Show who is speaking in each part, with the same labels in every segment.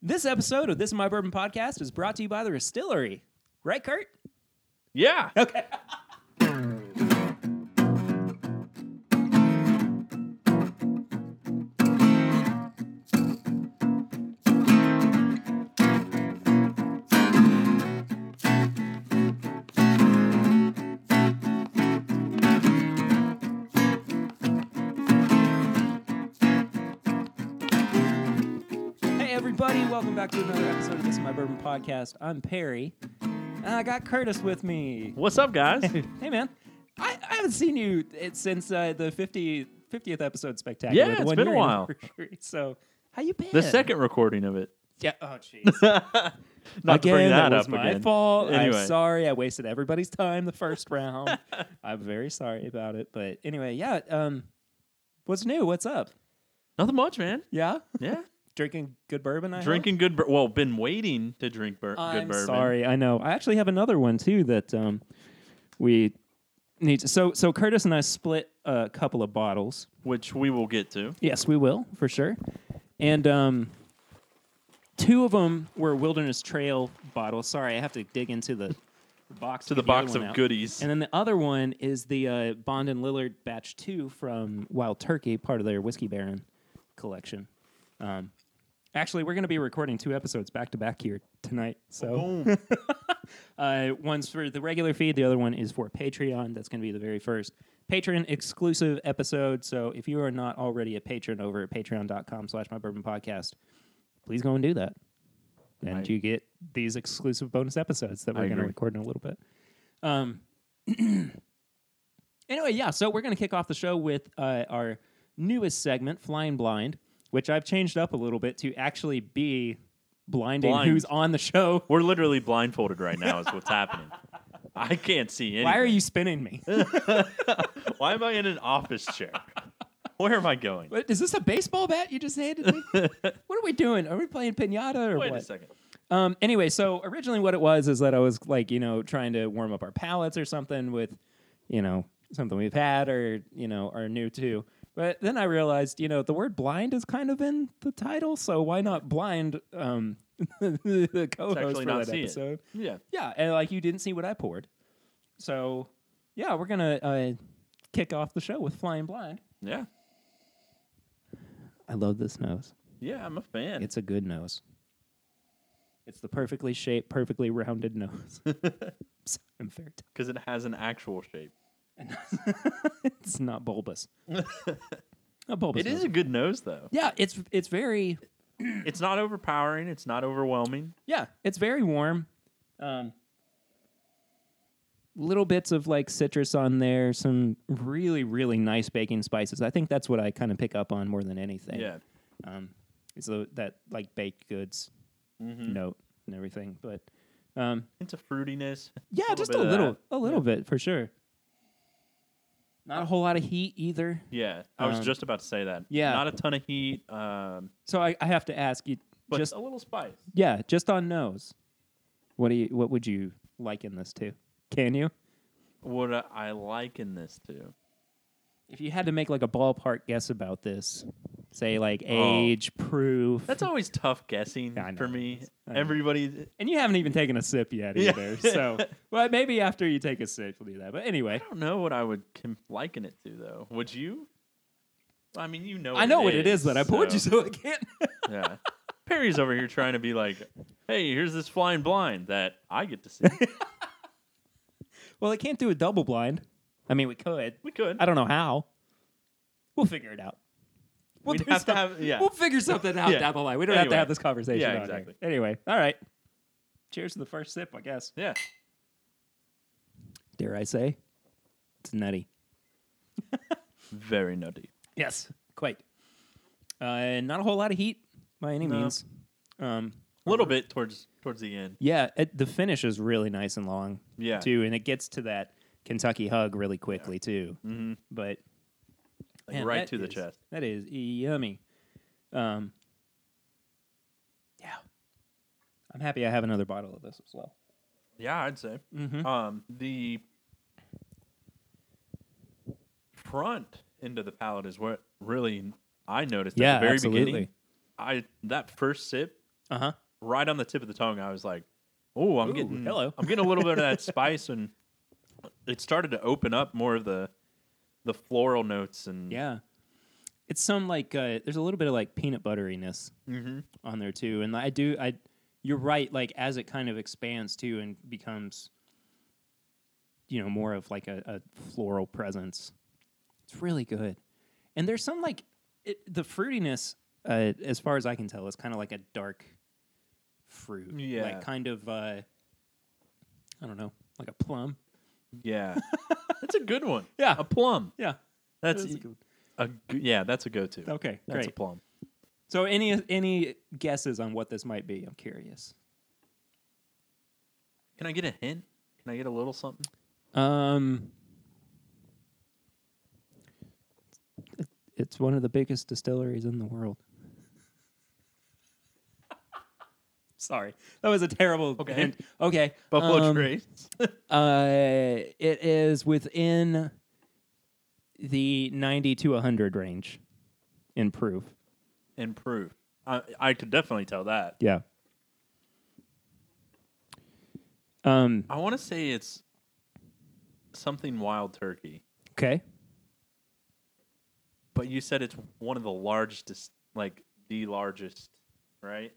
Speaker 1: This episode of This Is My Bourbon podcast is brought to you by the Distillery. Right, Kurt?
Speaker 2: Yeah.
Speaker 1: Okay. Hey, everybody, welcome back to another episode of This Is My Bourbon podcast. I'm Perry. And I got Curtis with me.
Speaker 2: What's up, guys?
Speaker 1: Hey, man. I, I haven't seen you it, since uh, the 50, 50th episode spectacular.
Speaker 2: Yeah,
Speaker 1: the
Speaker 2: it's
Speaker 1: one
Speaker 2: been a
Speaker 1: year
Speaker 2: while.
Speaker 1: anniversary. So, how you been?
Speaker 2: the second recording of it.
Speaker 1: Yeah. Oh, jeez.
Speaker 2: Not to bring
Speaker 1: again,
Speaker 2: that,
Speaker 1: that
Speaker 2: up
Speaker 1: was my
Speaker 2: again.
Speaker 1: fault.
Speaker 2: Anyway.
Speaker 1: I'm sorry. I wasted everybody's time the first round. I'm very sorry about it. But anyway, yeah. Um, what's new? What's up?
Speaker 2: Nothing much, man.
Speaker 1: Yeah,
Speaker 2: Yeah.
Speaker 1: drinking good bourbon. I hope?
Speaker 2: Drinking good. Bur- well, been waiting to drink bur-
Speaker 1: I'm
Speaker 2: good bourbon.
Speaker 1: sorry. I know. I actually have another one too that um, we need. To, so so Curtis and I split a couple of bottles.
Speaker 2: Which we will get to.
Speaker 1: Yes, we will for sure. And um, two of them were Wilderness Trail bottles. Sorry, I have to dig into the the box
Speaker 2: To the
Speaker 1: get
Speaker 2: box
Speaker 1: other
Speaker 2: of
Speaker 1: one out.
Speaker 2: goodies.
Speaker 1: And then the other one is the uh, Bond and Lillard batch two from Wild Turkey, part of their Whiskey Baron collection. Um, actually, we're going to be recording two episodes back to back here tonight. So
Speaker 2: Boom.
Speaker 1: uh, one's for the regular feed, the other one is for Patreon. That's going to be the very first patron exclusive episode. So if you are not already a patron over at patreon.com slash my bourbon podcast, please go and do that. And
Speaker 2: Right.
Speaker 1: you get these exclusive bonus episodes that we're going to
Speaker 2: agree.
Speaker 1: record in a little bit. Um, anyway, yeah, so we're going to kick off the show with uh, our newest segment, Flying Blind, which I've changed up a little bit to actually be blinding
Speaker 2: Blind.
Speaker 1: who's on the show.
Speaker 2: We're literally blindfolded right now. Is what's happening. I can't see anything.
Speaker 1: Why are you spinning me?
Speaker 2: Why am I in an office chair? Where am I going?
Speaker 1: What, is this a baseball bat you just handed me? what are we doing? Are we playing pinata or
Speaker 2: Wait
Speaker 1: what?
Speaker 2: a second.
Speaker 1: Um, anyway, so originally what it was is that I was like, you know, trying to warm up our palates or something with, you know, something we've had or, you know, are new to. But then I realized, you know, the word blind is kind of in the title, so why not blind um, the co-host
Speaker 2: actually
Speaker 1: for
Speaker 2: not
Speaker 1: that
Speaker 2: see it.
Speaker 1: episode?
Speaker 2: Yeah.
Speaker 1: Yeah, and like you didn't see what I poured. So, yeah, we're going to uh, kick off the show with Flying Blind.
Speaker 2: Yeah.
Speaker 1: I love this nose.
Speaker 2: Yeah. I'm a fan.
Speaker 1: It's a good nose. It's the perfectly shaped, perfectly rounded nose. So- I'm very
Speaker 2: Because it has an actual shape.
Speaker 1: tired. it's not bulbous. not bulbous.
Speaker 2: It is
Speaker 1: nose.
Speaker 2: a good nose though.
Speaker 1: Yeah, it's it's very
Speaker 2: It's not overpowering. It's not overwhelming.
Speaker 1: yeah, it's very warm. Um, little bits of like citrus on there. Some really really nice baking spices. I think that's what I kind of pick up on more than anything.
Speaker 2: Yeah.
Speaker 1: um, it's the, that like baked goods
Speaker 2: Mm-hmm.
Speaker 1: note and everything. But um,
Speaker 2: It's a fruitiness.
Speaker 1: Yeah,
Speaker 2: little
Speaker 1: just
Speaker 2: bit
Speaker 1: a
Speaker 2: of
Speaker 1: little, a
Speaker 2: that.
Speaker 1: little bit for sure. Not a whole lot of heat either.
Speaker 2: Yeah, I was
Speaker 1: Um,
Speaker 2: just about to say that.
Speaker 1: yeah.
Speaker 2: not a ton of heat, um,
Speaker 1: So I, I have to ask you,
Speaker 2: but
Speaker 1: just
Speaker 2: a little spice.
Speaker 1: yeah, just on nose. What do you? What would you liken this to? Can you?
Speaker 2: What I- I liken this to?
Speaker 1: If you had to make like a ballpark guess about this, say like
Speaker 2: Oh.
Speaker 1: age proof,
Speaker 2: That's always tough guessing
Speaker 1: I know
Speaker 2: for
Speaker 1: it
Speaker 2: me.
Speaker 1: is. I know.
Speaker 2: Everybody,
Speaker 1: and you haven't even taken a sip yet
Speaker 2: Yeah.
Speaker 1: either. so, well, maybe after you take a sip, we'll do that. But anyway,
Speaker 2: I don't know what I would com- liken it to though. Would you? I mean, you know.
Speaker 1: I know what it is that I poured you,
Speaker 2: so-
Speaker 1: so I can't.
Speaker 2: yeah. Perry's over here trying to be like, "Hey, here's this flying blind that I get to see."
Speaker 1: well, I can't do a double blind. I mean, we could.
Speaker 2: We could.
Speaker 1: I don't know how. We'll figure it out. We'll,
Speaker 2: We'd
Speaker 1: do
Speaker 2: have to
Speaker 1: some-
Speaker 2: have- yeah.
Speaker 1: we'll figure something out
Speaker 2: Yeah.
Speaker 1: down the line. We don't have to
Speaker 2: Anyway.
Speaker 1: have this conversation.
Speaker 2: Yeah,
Speaker 1: on here.
Speaker 2: exactly.
Speaker 1: Anyway, all right. Cheers to the first sip, I guess.
Speaker 2: Yeah.
Speaker 1: Dare I say, it's nutty.
Speaker 2: Very nutty.
Speaker 1: Yes, quite. Uh, not a whole lot of heat by any
Speaker 2: No.
Speaker 1: means. Um,
Speaker 2: A little bit towards towards the end.
Speaker 1: yeah, it, the finish is really nice and long.
Speaker 2: Yeah.
Speaker 1: too, and it gets to that Kentucky hug really quickly too.
Speaker 2: Mm-hmm.
Speaker 1: But
Speaker 2: Like
Speaker 1: Man,
Speaker 2: right
Speaker 1: that
Speaker 2: to the
Speaker 1: is-
Speaker 2: chest.
Speaker 1: That is yummy. Um, yeah, I'm happy I have another bottle of this as well.
Speaker 2: Yeah, I'd say.
Speaker 1: Mm-hmm.
Speaker 2: Um, the front end of the palate is what really I noticed at
Speaker 1: Yeah,
Speaker 2: the very
Speaker 1: absolutely.
Speaker 2: beginning. I that first sip,
Speaker 1: Uh huh.
Speaker 2: right on the tip of the tongue, I was like, "Oh, I'm
Speaker 1: Ooh,
Speaker 2: getting
Speaker 1: hello."
Speaker 2: I'm getting a little bit of that spice," and it started to open up more of the the floral notes and
Speaker 1: Yeah. It's some like uh, there's a little bit of like peanut butteriness
Speaker 2: Mhm.
Speaker 1: on there too, and I do I. You're right. Like as it kind of expands too and becomes, you know, more of like a, a floral presence. It's really good, and there's some like it, the fruitiness. Uh, as far as I can tell, is kind of like a dark fruit.
Speaker 2: Yeah.
Speaker 1: Like kind of. Uh, I don't know, like a plum.
Speaker 2: yeah. that's a good one.
Speaker 1: Yeah.
Speaker 2: a plum.
Speaker 1: Yeah.
Speaker 2: That's,
Speaker 1: That's a
Speaker 2: a
Speaker 1: good-
Speaker 2: g- yeah, that's a go-to.
Speaker 1: Okay.
Speaker 2: That's
Speaker 1: great.
Speaker 2: a plum.
Speaker 1: So any any guesses on what this might be? I'm curious.
Speaker 2: Can I get a hint? Can I get a little something?
Speaker 1: Um It's one of the biggest distilleries in the world. Sorry. That was a terrible
Speaker 2: Okay.
Speaker 1: hint. Okay.
Speaker 2: Buffalo
Speaker 1: um,
Speaker 2: Trace.
Speaker 1: Uh it is within the 90 to 100 range in proof.
Speaker 2: and proof. I, I could definitely tell that.
Speaker 1: Yeah. Um
Speaker 2: I want to say it's something wild turkey,
Speaker 1: okay.
Speaker 2: but you said it's one of the largest, dis- like the largest, right?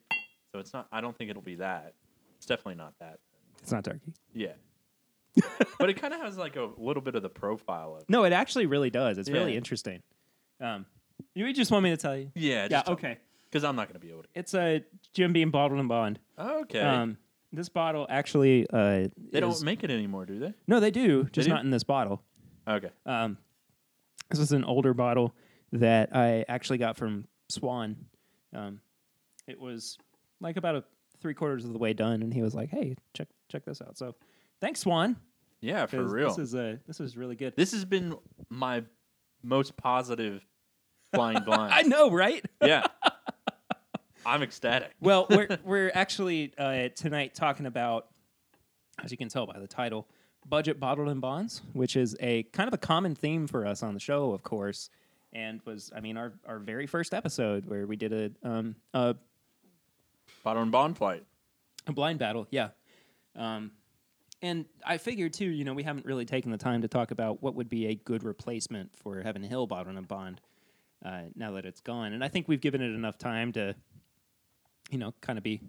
Speaker 2: So it's not. I don't think it'll be that. It's definitely not that.
Speaker 1: It's not turkey.
Speaker 2: Yeah, but it kind of has like a little bit of the profile of.
Speaker 1: No, it actually really does. It's really
Speaker 2: Yeah.
Speaker 1: interesting. Um, you just want me to tell you?
Speaker 2: Yeah.
Speaker 1: Yeah. Okay.
Speaker 2: Because I'm not gonna be able to.
Speaker 1: It's a Jim Beam bottled and bond.
Speaker 2: Okay.
Speaker 1: Um, this bottle actually. Uh,
Speaker 2: they don't
Speaker 1: is-
Speaker 2: make it anymore, do they?
Speaker 1: no, they do. Just
Speaker 2: do?
Speaker 1: not in this bottle.
Speaker 2: Okay.
Speaker 1: Um, this was an older bottle that I actually got from Swan. Um, it was like about a three quarters of the way done, and he was like, "Hey, check check this out." So, thanks, Swan.
Speaker 2: Yeah, for
Speaker 1: 'cause
Speaker 2: real.
Speaker 1: This is a this is really good.
Speaker 2: This has been my most positive blind blind.
Speaker 1: I know, right?
Speaker 2: yeah. I'm ecstatic.
Speaker 1: Well, we're we're actually uh, tonight talking about, as you can tell by the title, budget bottled and bonds, which is a kind of a common theme for us on the show, of course, and was I mean our our very first episode where we did a um a,
Speaker 2: Bottle and bond fight.
Speaker 1: a blind battle, yeah, um, and I figured too, you know, we haven't really taken the time to talk about what would be a good replacement for Heaven Hill bottled and bond. Uh, now that it's gone, and I think we've given it enough time to, you know, kind of be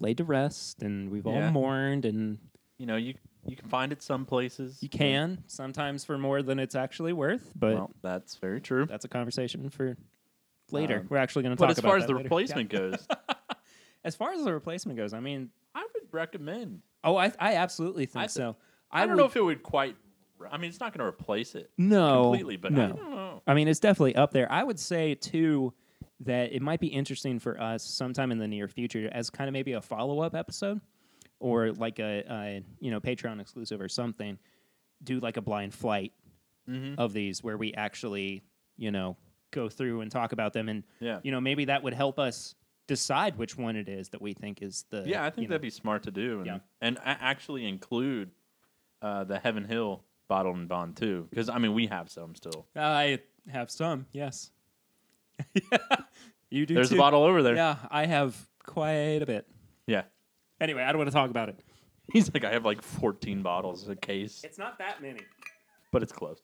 Speaker 1: laid to rest, and we've all
Speaker 2: Yeah.
Speaker 1: mourned, and
Speaker 2: You know, you you can find it some places.
Speaker 1: you can sometimes for more than it's actually worth, but
Speaker 2: Well, that's very true.
Speaker 1: that's a conversation for later.
Speaker 2: Um,
Speaker 1: We're actually going to talk
Speaker 2: But as
Speaker 1: about
Speaker 2: far as
Speaker 1: that
Speaker 2: the
Speaker 1: later.
Speaker 2: replacement goes,
Speaker 1: Yeah. as far as the replacement goes, I mean,
Speaker 2: I would recommend.
Speaker 1: oh, I, I absolutely think
Speaker 2: I th-
Speaker 1: so.
Speaker 2: I, don't
Speaker 1: would-
Speaker 2: know if it would quite. I mean, it's not going to replace it
Speaker 1: no
Speaker 2: completely, but
Speaker 1: no.
Speaker 2: I don't know.
Speaker 1: I mean, it's definitely up there. I would say too that it might be interesting for us sometime in the near future as kind of maybe a follow up episode or like a, a you know Patreon exclusive or something. Do like a blind flight
Speaker 2: Mhm.
Speaker 1: of these where we actually you know go through and talk about them and
Speaker 2: Yeah.
Speaker 1: you know maybe that would help us decide which one it is that we think is the
Speaker 2: Yeah, I
Speaker 1: you
Speaker 2: think
Speaker 1: know-
Speaker 2: that'd be smart to do, and
Speaker 1: Yeah.
Speaker 2: and a- actually include uh, the Heaven Hill bottled and bond too, because I mean we have some still.
Speaker 1: I have some yes you do
Speaker 2: There's
Speaker 1: too.
Speaker 2: a bottle over there.
Speaker 1: yeah I have quite a bit
Speaker 2: Yeah.
Speaker 1: Anyway, I don't want to talk about it.
Speaker 2: He's like, I have like 14 bottles a case,
Speaker 1: It's not that many.
Speaker 2: but it's close.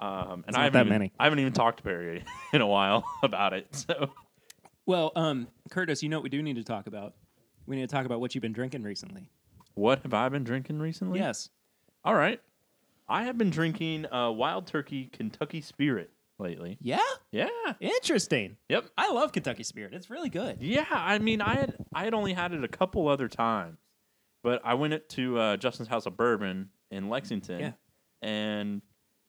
Speaker 2: Um, and
Speaker 1: It's
Speaker 2: I
Speaker 1: not
Speaker 2: haven't
Speaker 1: that
Speaker 2: even,
Speaker 1: many.
Speaker 2: I haven't even talked to Perry in a while about it. So
Speaker 1: Well, um, Curtis, you know what we do need to talk about? We need to talk about what you've been drinking recently.
Speaker 2: What have I been drinking recently?
Speaker 1: Yes.
Speaker 2: All right. I have been drinking uh, Wild Turkey Kentucky Spirit lately.
Speaker 1: Yeah?
Speaker 2: Yeah.
Speaker 1: Interesting.
Speaker 2: Yep.
Speaker 1: I love Kentucky Spirit. It's really good.
Speaker 2: Yeah. I mean, I had I had only had it a couple other times, but I went it to uh, Justin's House of Bourbon in Lexington,
Speaker 1: Yeah.
Speaker 2: and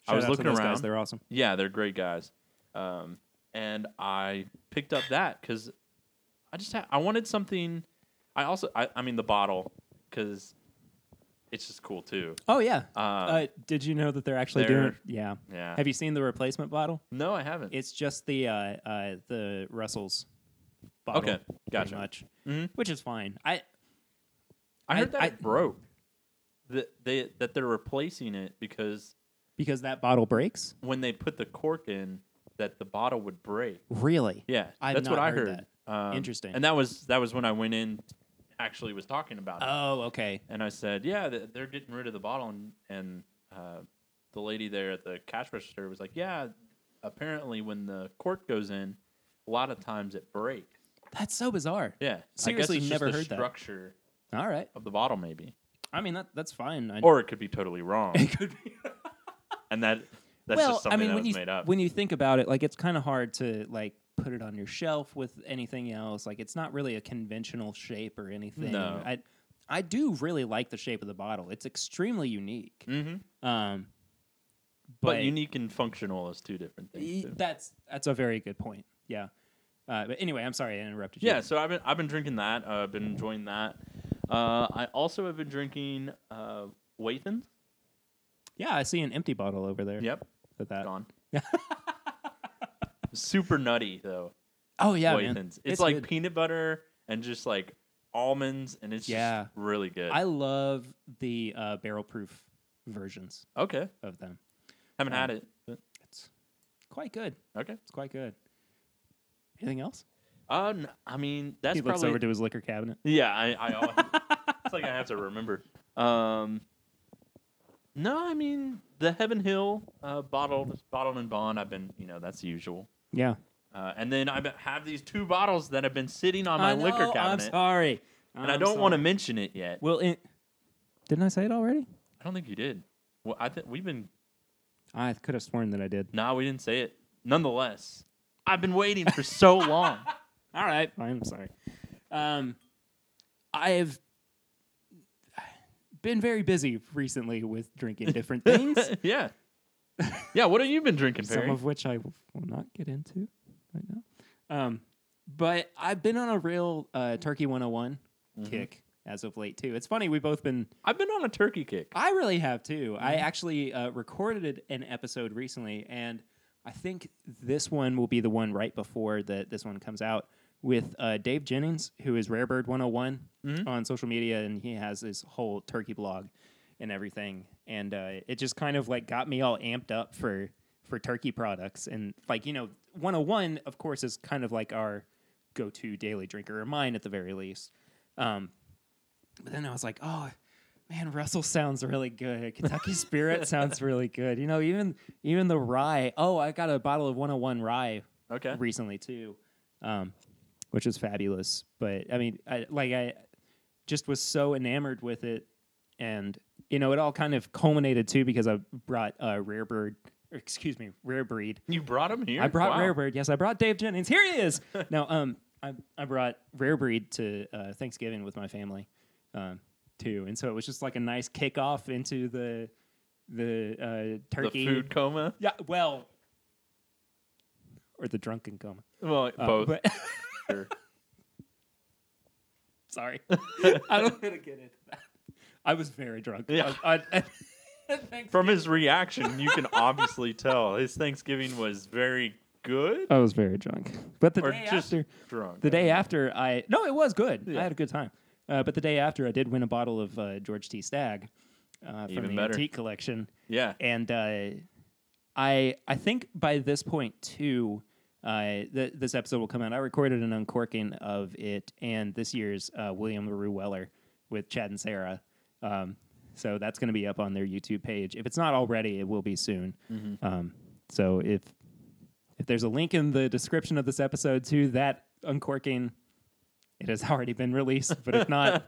Speaker 1: Shout
Speaker 2: I
Speaker 1: out
Speaker 2: was
Speaker 1: to
Speaker 2: looking
Speaker 1: those
Speaker 2: around.
Speaker 1: Guys. They're awesome.
Speaker 2: Yeah, they're great guys. Um, and I picked up that because I just ha- I wanted something. I also I, I mean the bottle because it's just cool too.
Speaker 1: Oh, yeah.
Speaker 2: Um,
Speaker 1: uh, did you know that they're actually
Speaker 2: they're-
Speaker 1: doing Yeah.
Speaker 2: yeah.
Speaker 1: Have you seen the replacement bottle?
Speaker 2: no, I haven't.
Speaker 1: It's just the uh, uh, the Russell's bottle.
Speaker 2: Okay.
Speaker 1: pretty
Speaker 2: Gotcha.
Speaker 1: Much,
Speaker 2: Mhm.
Speaker 1: Which is fine. I
Speaker 2: I heard
Speaker 1: I-
Speaker 2: that
Speaker 1: I-
Speaker 2: it broke. That they that they're replacing it because
Speaker 1: Because that bottle breaks?
Speaker 2: when they put the cork in, that the bottle would break.
Speaker 1: Really?
Speaker 2: Yeah,
Speaker 1: I've
Speaker 2: that's
Speaker 1: not
Speaker 2: what I
Speaker 1: heard
Speaker 2: heard.
Speaker 1: that.
Speaker 2: Um,
Speaker 1: Interesting.
Speaker 2: And that was that was when I went in, actually was talking about it,
Speaker 1: Oh, okay.
Speaker 2: and I said, yeah, th- they're getting rid of the bottle, and and uh, the lady there at the cash register was like, yeah, apparently when the cork goes in, a lot of times it breaks.
Speaker 1: That's so bizarre.
Speaker 2: Yeah,
Speaker 1: Seriously,
Speaker 2: I guess it's
Speaker 1: never
Speaker 2: just the
Speaker 1: heard that.
Speaker 2: structure
Speaker 1: All right.
Speaker 2: of the bottle, maybe,
Speaker 1: I mean, that that's fine. I,
Speaker 2: or it could be totally wrong,
Speaker 1: it could be.
Speaker 2: and that that's
Speaker 1: well,
Speaker 2: just something
Speaker 1: I mean,
Speaker 2: that
Speaker 1: when
Speaker 2: was
Speaker 1: you
Speaker 2: made up.
Speaker 1: when you think about it, like it's kind of hard to like put it on your shelf with anything else. Like it's not really a conventional shape or anything.
Speaker 2: No.
Speaker 1: I I do really like the shape of the bottle. It's extremely unique.
Speaker 2: hmm
Speaker 1: Um,
Speaker 2: But, unique and functional is two different
Speaker 1: y-
Speaker 2: things. too.
Speaker 1: that's that's a very good point. Yeah. Uh, but anyway, I'm sorry I interrupted you.
Speaker 2: Yeah, so I've been I've been drinking that. Uh, I've been enjoying that. Uh, I also have been drinking uh, Wathins.
Speaker 1: Yeah, I see an empty bottle over there.
Speaker 2: Yep,
Speaker 1: With that.
Speaker 2: gone. Uh, Super nutty though.
Speaker 1: Oh yeah,
Speaker 2: Wathins.
Speaker 1: man.
Speaker 2: It's, like
Speaker 1: good.
Speaker 2: peanut butter and just like almonds, and it's
Speaker 1: Yeah.
Speaker 2: just really good.
Speaker 1: I love the uh, barrel proof versions
Speaker 2: okay,
Speaker 1: of them.
Speaker 2: haven't
Speaker 1: Um,
Speaker 2: had it. but-
Speaker 1: It's quite good.
Speaker 2: Okay.
Speaker 1: It's quite good. Anything else?
Speaker 2: Uh, n- I mean that's
Speaker 1: he looks
Speaker 2: probably
Speaker 1: over to his liquor cabinet.
Speaker 2: yeah. I, I always, it's like I have to remember. Um, no, I mean the Heaven Hill uh, bottled bottled and bond. I've been you know that's the usual.
Speaker 1: Yeah.
Speaker 2: Uh, and then I be- have these two bottles that have been sitting on my liquor
Speaker 1: I'm
Speaker 2: cabinet,
Speaker 1: sorry.
Speaker 2: and I don't want to mention it yet.
Speaker 1: Well, it, didn't I say it already?
Speaker 2: I don't think you did. Well, I think we've been.
Speaker 1: I could have sworn that I did.
Speaker 2: Nah, we didn't say it. Nonetheless, I've been waiting for so long.
Speaker 1: All right. I'm sorry. Um, I've been very busy recently with drinking different things,
Speaker 2: yeah, yeah. What have you been drinking, Perry?
Speaker 1: some of which I will not get into right now. Um, but I've been on a real uh, Turkey 101 kick as of late, too. It's funny, we've both been
Speaker 2: I've been on a turkey kick.
Speaker 1: I really have too. I actually uh, recorded an episode recently, and I think this one will be the one right before that this one comes out with uh, Dave Jennings, who is Rarebird 101 on social media, and he has his whole turkey blog and everything. And uh, it just kind of like got me all amped up for for turkey products, and like you know, 101 of course is kind of like our go to daily drinker, or mine at the very least. Um, but then I was like, oh man, Russell sounds really good. Kentucky Spirit sounds really good. You know, even even the rye. Oh, I got a bottle of 101 rye
Speaker 2: Okay.
Speaker 1: recently too, um, which is fabulous. But I mean, I, like I just was so enamored with it, and you know, it all kind of culminated too because I brought uh, rare bird, or excuse me, rare breed
Speaker 2: You brought him here.
Speaker 1: I brought
Speaker 2: Wow.
Speaker 1: Rare Bird. Yes, I brought Dave Jennings. Here he is. no, um, I, I brought Rare Breed to uh, Thanksgiving with my family, um, too, and so it was just like a nice kickoff into the the uh,
Speaker 2: The
Speaker 1: turkey.
Speaker 2: food coma.
Speaker 1: Yeah, well, or the drunken coma.
Speaker 2: Well,
Speaker 1: Uh,
Speaker 2: both.
Speaker 1: but-
Speaker 2: sure.
Speaker 1: sorry, I don't want to get into that. I was very drunk.
Speaker 2: Yeah.
Speaker 1: I, I, Thanks.
Speaker 2: From his reaction, you can obviously tell his Thanksgiving was very good
Speaker 1: I was very drunk, but the
Speaker 2: or
Speaker 1: day
Speaker 2: just
Speaker 1: after,
Speaker 2: drunk.
Speaker 1: The day after, I no, it was good. I
Speaker 2: Yeah.
Speaker 1: had a good time. Uh, but the day after, I did win a bottle of uh, George T. Stagg uh, from
Speaker 2: Even
Speaker 1: the
Speaker 2: better.
Speaker 1: antique collection,
Speaker 2: Yeah.
Speaker 1: and uh, I I think by this point too, uh, th- this episode will come out. I recorded an uncorking of it and this year's uh, William LaRue Weller with Chad and Sarah. Um, so that's going to be up on their YouTube page. If it's not already, it will be soon. Um, so if if there's a link in the description of this episode to that uncorking, it has already been released. But if not,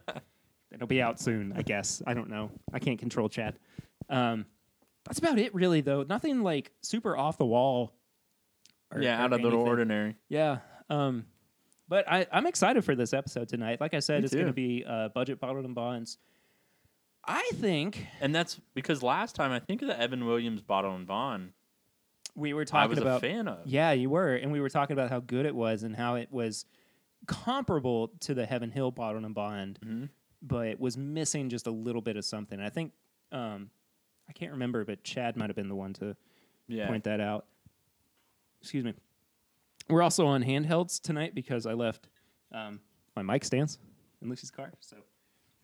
Speaker 1: it'll be out soon. I guess I don't know. I can't control Chad. Um, that's about it, really. Though nothing like super off the wall. or-
Speaker 2: yeah,
Speaker 1: or
Speaker 2: out of the
Speaker 1: anything.
Speaker 2: ordinary.
Speaker 1: Yeah. Um, but I, I'm excited for this episode tonight. Like I said,
Speaker 2: Me
Speaker 1: it's going to
Speaker 2: too.
Speaker 1: be uh, budget bottled and bonds. I think
Speaker 2: And that's because last time I think the Evan Williams bottle and bond
Speaker 1: we were
Speaker 2: I
Speaker 1: talking
Speaker 2: was
Speaker 1: about
Speaker 2: a fan of.
Speaker 1: Yeah, you were, and we were talking about how good it was and how it was comparable to the Heaven Hill Bottle and Bond,
Speaker 2: Mhm.
Speaker 1: but was missing just a little bit of something. I think um, I can't remember, but Chad might have been the one to
Speaker 2: Yeah.
Speaker 1: point that out. Excuse me. We're also on handhelds tonight because I left um, my mic stands in Lucy's car, so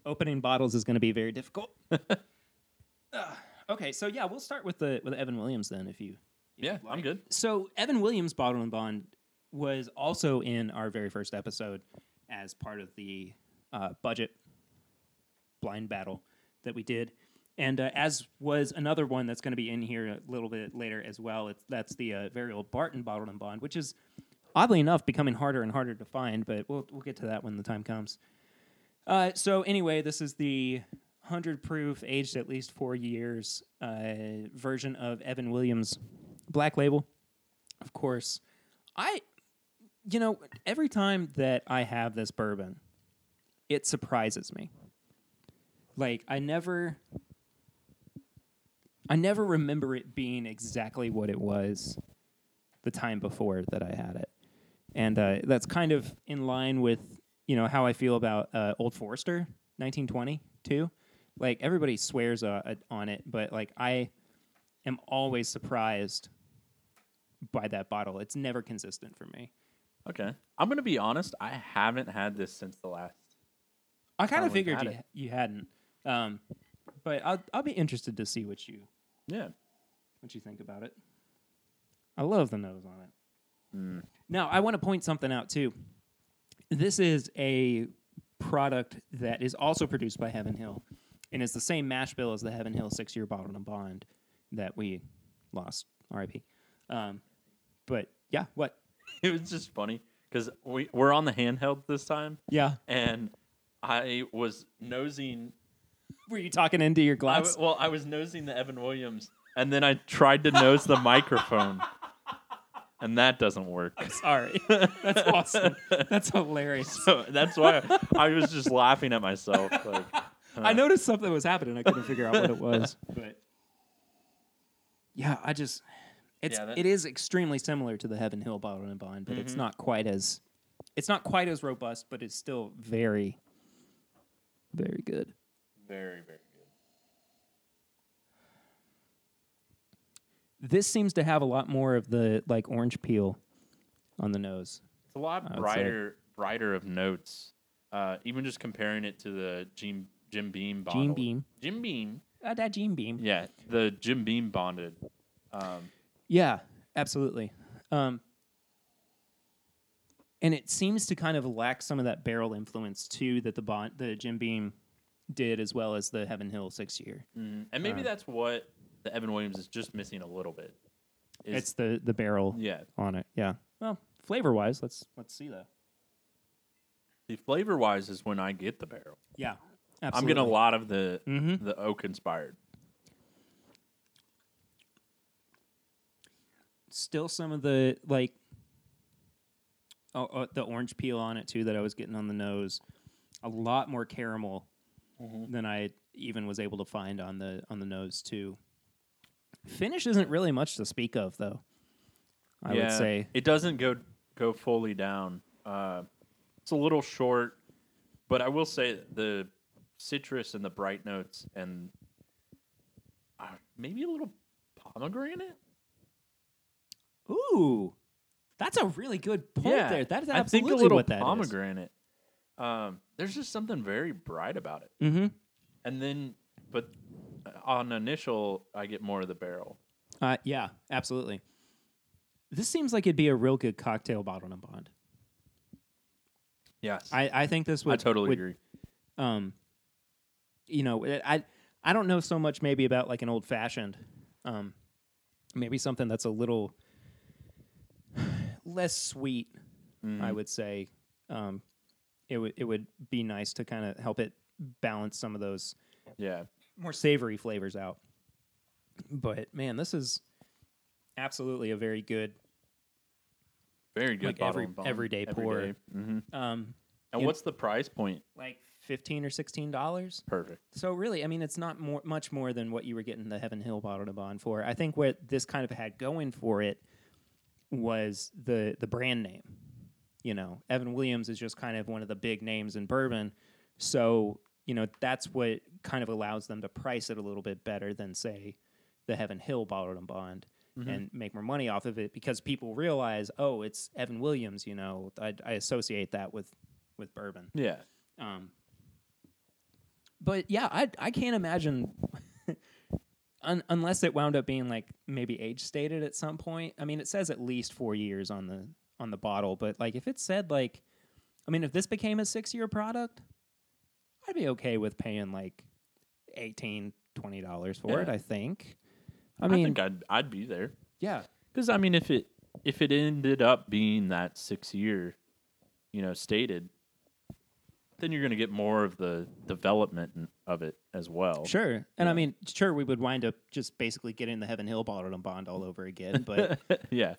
Speaker 1: opening bottles is going to be very difficult. Ah, okay, so yeah, we'll start with the with Evan Williams then, if you
Speaker 2: Yeah, I'm good.
Speaker 1: so Evan Williams bottle and bond was also in our very first episode as part of the uh, budget blind battle that we did. And uh, as was another one that's going to be in here a little bit later as well. It's, that's the uh, very old Barton bottled and bond, which is oddly enough becoming harder and harder to find. But we'll we'll get to that when the time comes. Uh, so anyway, this is the hundred proof, aged at least four years uh, version of Evan Williams Black Label. Of course, I, you know, every time that I have this bourbon, it surprises me. Like I never, I never remember it being exactly what it was the time before that I had it, and uh, that's kind of in line with you know how I feel about uh, Old Forester 1920 too. Like everybody swears uh, uh, on it, but like I am always surprised by that bottle. It's never consistent for me.
Speaker 2: Okay. I'm gonna be honest. I haven't had this since the last.
Speaker 1: I kind
Speaker 2: Oh,
Speaker 1: of
Speaker 2: we've
Speaker 1: figured
Speaker 2: had
Speaker 1: you,
Speaker 2: it.
Speaker 1: you hadn't, um, but I'll, I'll be interested to see what you
Speaker 2: Yeah.
Speaker 1: what you think about it. I love the nose on it. Now, I want to point something out too. This is a product that is also produced by Heaven Hill and is the same mash bill as the Heaven Hill six year bottle and bond that we lost, RIP. Um, but yeah, what?
Speaker 2: It was just funny because we we're on the handheld this time,
Speaker 1: Yeah.
Speaker 2: and I was nosing.
Speaker 1: Were you talking into your
Speaker 2: I
Speaker 1: glass?
Speaker 2: w- well, I was nosing the Evan Williams, and then I tried to nose the microphone, and that doesn't work.
Speaker 1: Sorry. That's awesome. That's hilarious.
Speaker 2: So that's why I, was just laughing at myself. Like,
Speaker 1: I noticed something was happening. I couldn't figure out what it was. But yeah, I just it's
Speaker 2: Yeah, that-
Speaker 1: it is extremely similar to the Heaven Hill Bottle and Bond, but it's not quite as it's not quite as robust, but it's still very very good.
Speaker 2: very, very good.
Speaker 1: This seems to have a lot more of the like orange peel on the nose.
Speaker 2: It's a lot
Speaker 1: say.
Speaker 2: brighter, brighter of notes. Uh, even just comparing it to the Jim Jim Beam bottle.
Speaker 1: Jim Beam.
Speaker 2: Jim Beam.
Speaker 1: Uh, that Gene Beam.
Speaker 2: Yeah, the Jim Beam bonded. Um,
Speaker 1: Yeah, absolutely. Um, and it seems to kind of lack some of that barrel influence too that the bond, the Jim Beam did as well as the Heaven Hill six year.
Speaker 2: And maybe
Speaker 1: Uh,
Speaker 2: that's what the Evan Williams is just missing a little bit. Is,
Speaker 1: It's the the barrel
Speaker 2: yeah,
Speaker 1: on it. Yeah. Well, flavor wise, let's let's see though.
Speaker 2: the flavor wise is when I get the barrel.
Speaker 1: Yeah, absolutely.
Speaker 2: I'm getting a lot of the
Speaker 1: Mhm.
Speaker 2: the oak inspired.
Speaker 1: still some of the like oh, oh, the orange peel on it too that I was getting on the nose. A lot more caramel
Speaker 2: Mm-hmm.
Speaker 1: than I even was able to find on the on the nose too. Finish isn't really much to speak of though. I would say
Speaker 2: it doesn't go go fully down. Uh, it's a little short, but I will say that the citrus and the bright notes and uh, maybe a little pomegranate.
Speaker 1: ooh. That's a really good point there. That is
Speaker 2: I
Speaker 1: absolutely
Speaker 2: think a little
Speaker 1: what that is.
Speaker 2: pomegranate. Um, there's just something very bright about it.
Speaker 1: Mhm.
Speaker 2: and then but uh, on initial i get more of the barrel
Speaker 1: Uh, yeah, absolutely. This seems like it'd be a real good cocktail bottle and a bond.
Speaker 2: yes i,
Speaker 1: I, I think this would
Speaker 2: totally
Speaker 1: would
Speaker 2: agree
Speaker 1: um you know it- i i don't know so much maybe about like an old fashioned um maybe something that's a little less sweet i would say um it would it would be nice to kind of help it balance some of those
Speaker 2: yeah
Speaker 1: more savory flavors out but man this is absolutely a very good
Speaker 2: very good
Speaker 1: Like
Speaker 2: bottle
Speaker 1: every-
Speaker 2: and bond.
Speaker 1: everyday pour.
Speaker 2: hmm
Speaker 1: um
Speaker 2: and
Speaker 1: Yeah.
Speaker 2: what's the price point
Speaker 1: like 15 or 16 dollars
Speaker 2: perfect
Speaker 1: So really, I mean, it's not more, much more than what you were getting the Heaven Hill bottle to bond for. I think what this kind of had going for it was the the brand name. You know, Evan Williams is just kind of one of the big names in bourbon, so you know that's what kind of allows them to price it a little bit better than say the Heaven Hill bottle to bond. And make more money off of it because people realize, oh, it's Evan Williams. You know, I, I associate that with, with bourbon.
Speaker 2: yeah
Speaker 1: Um, but yeah, I I can't imagine un, unless it wound up being like maybe age stated at some point. I mean, it says at least four years on the on the bottle, but like if it said like, I mean, if this became a six year product, I'd be okay with paying like 18 dollars for it.
Speaker 2: Yeah.
Speaker 1: I think. I mean,
Speaker 2: think I'd I'd be there
Speaker 1: yeah,
Speaker 2: because I mean if it if it ended up being that six year, you know, stated, then you're gonna get more of the development n- of it as well.
Speaker 1: sure. And I
Speaker 2: Oh. Yeah.
Speaker 1: mean, sure, we would wind up just basically getting the Heaven Hill bottle and bond all over again, but.
Speaker 2: yeah,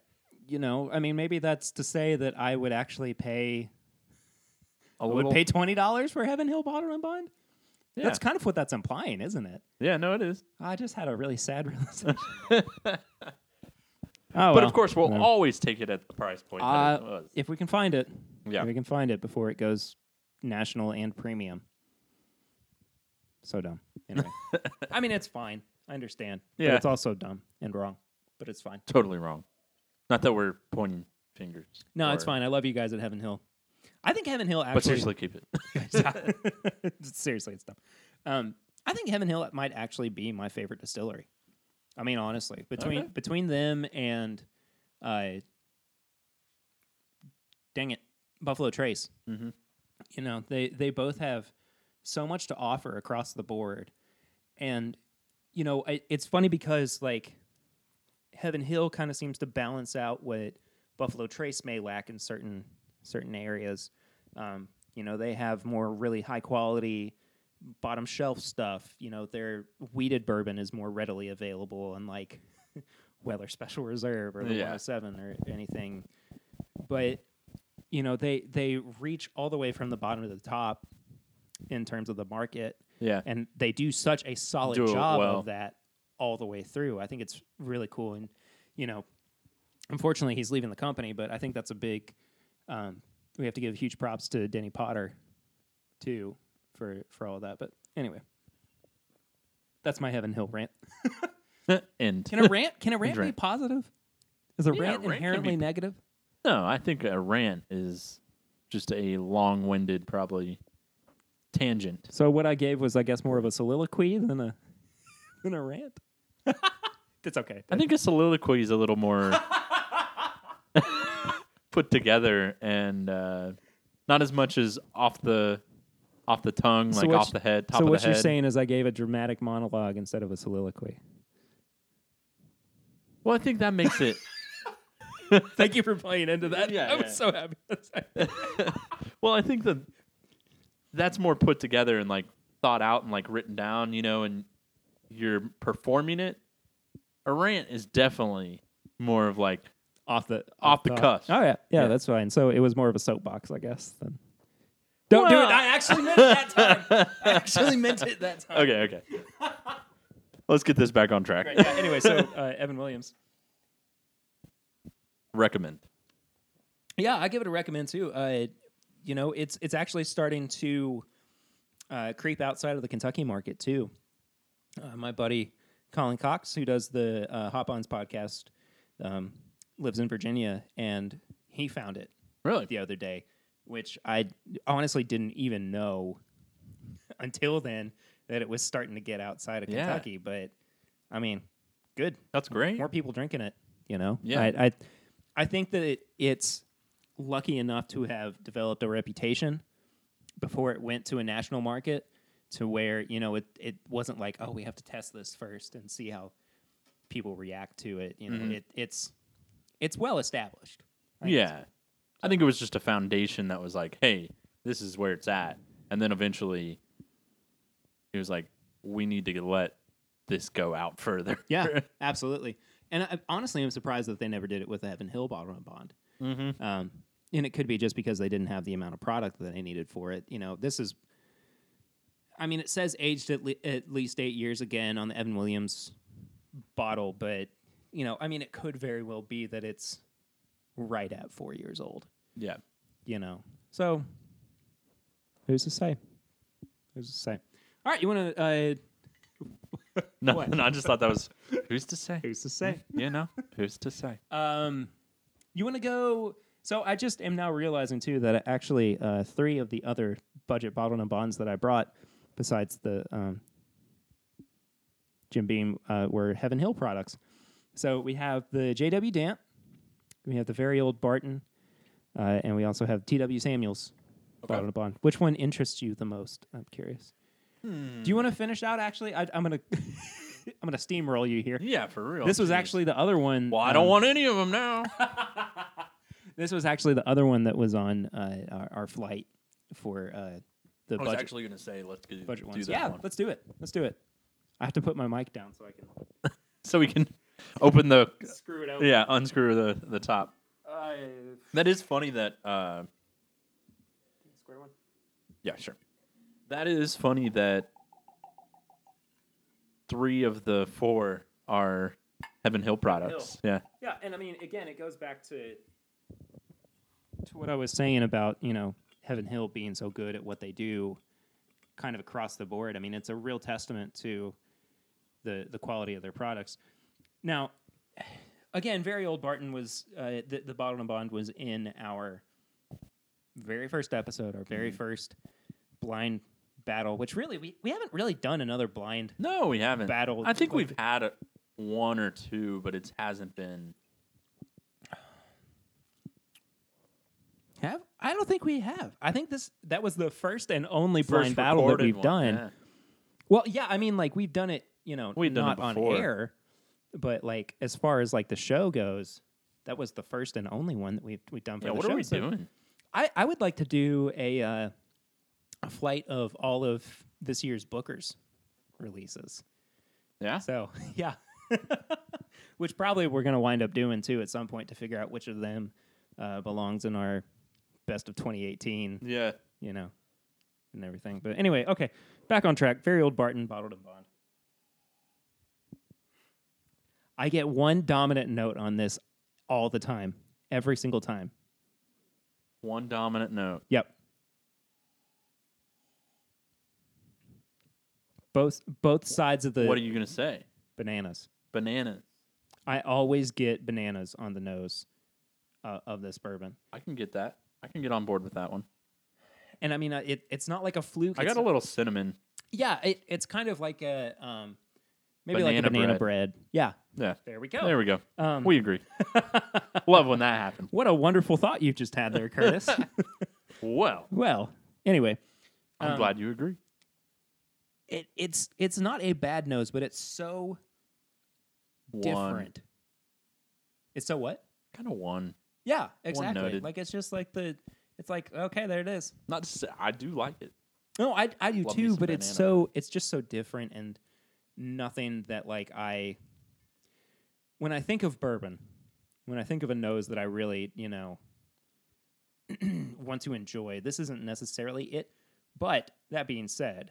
Speaker 1: you know, I mean, maybe that's to say that I would actually pay.
Speaker 2: a
Speaker 1: I would
Speaker 2: little.
Speaker 1: pay twenty dollars for Heaven Hill Bottle and Bond.
Speaker 2: yeah.
Speaker 1: That's kind of what that's implying, isn't it?
Speaker 2: yeah, no, it is.
Speaker 1: I just had a really sad realization. Oh,
Speaker 2: but of course, Oh, we'll always take it at the price point.
Speaker 1: Uh,
Speaker 2: that it was.
Speaker 1: if we can find it,
Speaker 2: Yeah.
Speaker 1: if we can find it before it goes national and premium. So dumb. Anyway, I mean, it's fine. I understand. but
Speaker 2: Yeah.
Speaker 1: it's also dumb and wrong, but it's fine.
Speaker 2: totally wrong. Not that we're pointing fingers.
Speaker 1: No, it's
Speaker 2: or-
Speaker 1: fine. I love you guys at Heaven Hill. I think Heaven Hill actually.
Speaker 2: But seriously, keep it.
Speaker 1: Seriously, it's dumb. Um, I think Heaven Hill might actually be my favorite distillery. I mean, honestly, between
Speaker 2: Okay.
Speaker 1: between them and, uh, dang it, Buffalo Trace.
Speaker 2: Mhm.
Speaker 1: You know, they they both have so much to offer across the board, and you know, I, it's funny because like Heaven Hill kind of seems to balance out what Buffalo Trace may lack in certain certain areas. Um, you know, they have more really high quality bottom shelf stuff. You know, their weeded bourbon is more readily available, and like Weller Special Reserve or the
Speaker 2: Yeah.
Speaker 1: 107 or anything. But you know, they they reach all the way from the bottom to the top in terms of the market
Speaker 2: yeah.
Speaker 1: and they do such a solid
Speaker 2: Do it
Speaker 1: job
Speaker 2: well.
Speaker 1: of that all the way through. I think it's really cool, and you know, unfortunately, he's leaving the company, but I think that's a big. Um, we have to give huge props to Denny Potter, too, for for all of that. But anyway, that's my Heaven Hill rant.
Speaker 2: and
Speaker 1: Can a rant can a rant be
Speaker 2: rant.
Speaker 1: positive? Is a rant
Speaker 2: Yeah, a rant can
Speaker 1: inherently
Speaker 2: be-
Speaker 1: negative?
Speaker 2: no, I think a rant is just a long-winded, probably tangent.
Speaker 1: So what I gave was, I guess, more of a soliloquy than a than a rant. That's okay.
Speaker 2: I think a soliloquy is a little more put together and uh, not as much as off the off the tongue,
Speaker 1: So
Speaker 2: like
Speaker 1: what
Speaker 2: off
Speaker 1: you-
Speaker 2: the head, top
Speaker 1: so
Speaker 2: of
Speaker 1: what
Speaker 2: the
Speaker 1: you're
Speaker 2: head.
Speaker 1: saying is I gave a dramatic monologue instead of a soliloquy.
Speaker 2: Well, I think that makes it.
Speaker 1: Thank you for playing into that.
Speaker 2: Yeah,
Speaker 1: I was
Speaker 2: yeah.
Speaker 1: so happy.
Speaker 2: well, I think that that's more put together and like thought out and like written down, you know, and you're performing it. A rant is definitely more of like
Speaker 1: off the
Speaker 2: Off the cuff.
Speaker 1: Oh yeah. yeah,
Speaker 2: Yeah.
Speaker 1: that's fine. So it was more of a soapbox, I guess. Then don't do it.
Speaker 2: Well-
Speaker 1: I actually meant it that time. I actually meant it that time.
Speaker 2: okay, okay. Let's get this back on track.
Speaker 1: Right, yeah, anyway, so uh, Evan Williams.
Speaker 2: Recommend.
Speaker 1: Yeah, I give it a recommend too. Uh, you know, it's it's actually starting to uh, creep outside of the Kentucky market too. Uh, my buddy Colin Cox, who does the uh, Hop Ons podcast, um, lives in Virginia, and he found it
Speaker 2: Really?
Speaker 1: the other day, which I honestly didn't even know until then that it was starting to get outside of
Speaker 2: Yeah.
Speaker 1: Kentucky. But I mean, good
Speaker 2: That's great.
Speaker 1: more people drinking it. You know,
Speaker 2: Yeah.
Speaker 1: I I, I think that it, it's lucky enough to have developed a reputation before it went to a national market to where you know it it wasn't like oh we have to test this first and see how people react to it. You know, it it's it's well established. I guess.
Speaker 2: Mm-hmm. yeah. I think it was just a foundation that was like, hey, this is where it's at. And then eventually it was like, we need to let this go out further.
Speaker 1: Yeah, absolutely. And I, honestly, I'm surprised that they never did it with the Heaven Hill bottle and bond. Mm-hmm. Um, and it could be just because they didn't have the amount of product that they needed for it. You know, this is. I mean, it says aged at, le- at least eight years again on the Evan Williams bottle, but you know, I mean, it could very well be that it's right at four years old.
Speaker 2: yeah.
Speaker 1: You know, so who's to say? Who's to say? All right, you want to? Uh,
Speaker 2: No,
Speaker 1: What?
Speaker 2: no, I just thought that was who's to say?
Speaker 1: who's to say?
Speaker 2: You know, who's to say?
Speaker 1: Um, you want to go? So I just am now realizing too that actually uh, three of the other budget bottle and bonds that I brought, besides the um, Jim Beam, uh, were Heaven Hill products. So we have the J.W. Dant, we have the very old Barton, Uh, and we also have T.W. Samuels
Speaker 2: Okay.
Speaker 1: followed up on. Which one interests you the most? I'm curious. Do you want to finish out? Actually, I, I'm gonna I'm gonna steamroll you here.
Speaker 2: Yeah, for real.
Speaker 1: This was
Speaker 2: Jeez.
Speaker 1: actually the other one.
Speaker 2: Well, I don't
Speaker 1: um,
Speaker 2: want any of them now.
Speaker 1: This was actually the other one that was on uh, our, our flight for uh, the
Speaker 2: I was
Speaker 1: budget
Speaker 2: Oh, actually going to say let's do,
Speaker 1: budget
Speaker 2: do
Speaker 1: ones.
Speaker 2: that
Speaker 1: Yeah,
Speaker 2: one.
Speaker 1: let's do it. Let's do it. I have to put my mic down so I can
Speaker 2: so we can open the
Speaker 1: screw it out.
Speaker 2: yeah unscrew the the top.
Speaker 1: Uh,
Speaker 2: That is funny. That uh,
Speaker 1: square one.
Speaker 2: yeah, sure. That is funny. That three of the four are Heaven Hill products. Yeah.
Speaker 1: Yeah, and I mean, again, it goes back to to what I was saying about you know Heaven Hill being so good at what they do, kind of across the board. I mean, it's a real testament to the the quality of their products. Now, again, very old Barton was uh, the, the bottle and bond was in our very first episode, our very first blind battle, which really we, we haven't really done another blind
Speaker 2: No, we haven't.
Speaker 1: battle.
Speaker 2: I think
Speaker 1: like-
Speaker 2: we've had a, one or two, but it hasn't been.
Speaker 1: Have I don't think we have. I think this that was the first and only
Speaker 2: first
Speaker 1: blind battle that
Speaker 2: recorded
Speaker 1: we've
Speaker 2: one,
Speaker 1: done.
Speaker 2: yeah.
Speaker 1: Well, yeah, I mean, like we've done it, you know,
Speaker 2: We've done it
Speaker 1: not on
Speaker 2: before.
Speaker 1: air, but like as far as like the show goes, that was the first and only one that we've we've done for
Speaker 2: Yeah,
Speaker 1: the
Speaker 2: what
Speaker 1: show.
Speaker 2: are we
Speaker 1: So
Speaker 2: doing?
Speaker 1: I I would like to do a uh, a flight of all of this year's Booker's releases.
Speaker 2: Yeah.
Speaker 1: So yeah, which probably we're gonna wind up doing too at some point to figure out which of them uh, belongs in our best of 2018
Speaker 2: Yeah.
Speaker 1: you know, and everything. But anyway, okay, back on track. Very old Barton, bottled and bond. I get one dominant note on this all the time, every single time.
Speaker 2: One dominant note.
Speaker 1: Yep. Both both sides of the
Speaker 2: what are you going to say?
Speaker 1: bananas.
Speaker 2: Bananas.
Speaker 1: I always get bananas on the nose uh, of this bourbon,
Speaker 2: I can get that. I can get on board with that one.
Speaker 1: and I mean uh, it, It's not like a fluke.
Speaker 2: I
Speaker 1: It's-
Speaker 2: got a little cinnamon.
Speaker 1: Yeah, it, it's kind of like a um, maybe like
Speaker 2: Banana
Speaker 1: a banana bread. Yeah,
Speaker 2: Yeah.
Speaker 1: There we go.
Speaker 2: There we go.
Speaker 1: Um,
Speaker 2: we agree. Love when that happens.
Speaker 1: what a wonderful thought you just had there, Curtis.
Speaker 2: Well,
Speaker 1: well, anyway,
Speaker 2: I'm
Speaker 1: Um,
Speaker 2: glad you agree.
Speaker 1: it, it's it's not a bad nose, but it's so different. It's so what?
Speaker 2: Kind of one.
Speaker 1: Yeah, exactly.
Speaker 2: noted.
Speaker 1: Like it's just like the it's like okay, there it is.
Speaker 2: Not to say, I do like it.
Speaker 1: No, I I do
Speaker 2: Love me
Speaker 1: too,
Speaker 2: some
Speaker 1: but it's
Speaker 2: banana.
Speaker 1: so it's just so different and nothing that like I when I think of bourbon, when I think of a nose that I really, you know, want to enjoy, this isn't necessarily it. But that being said,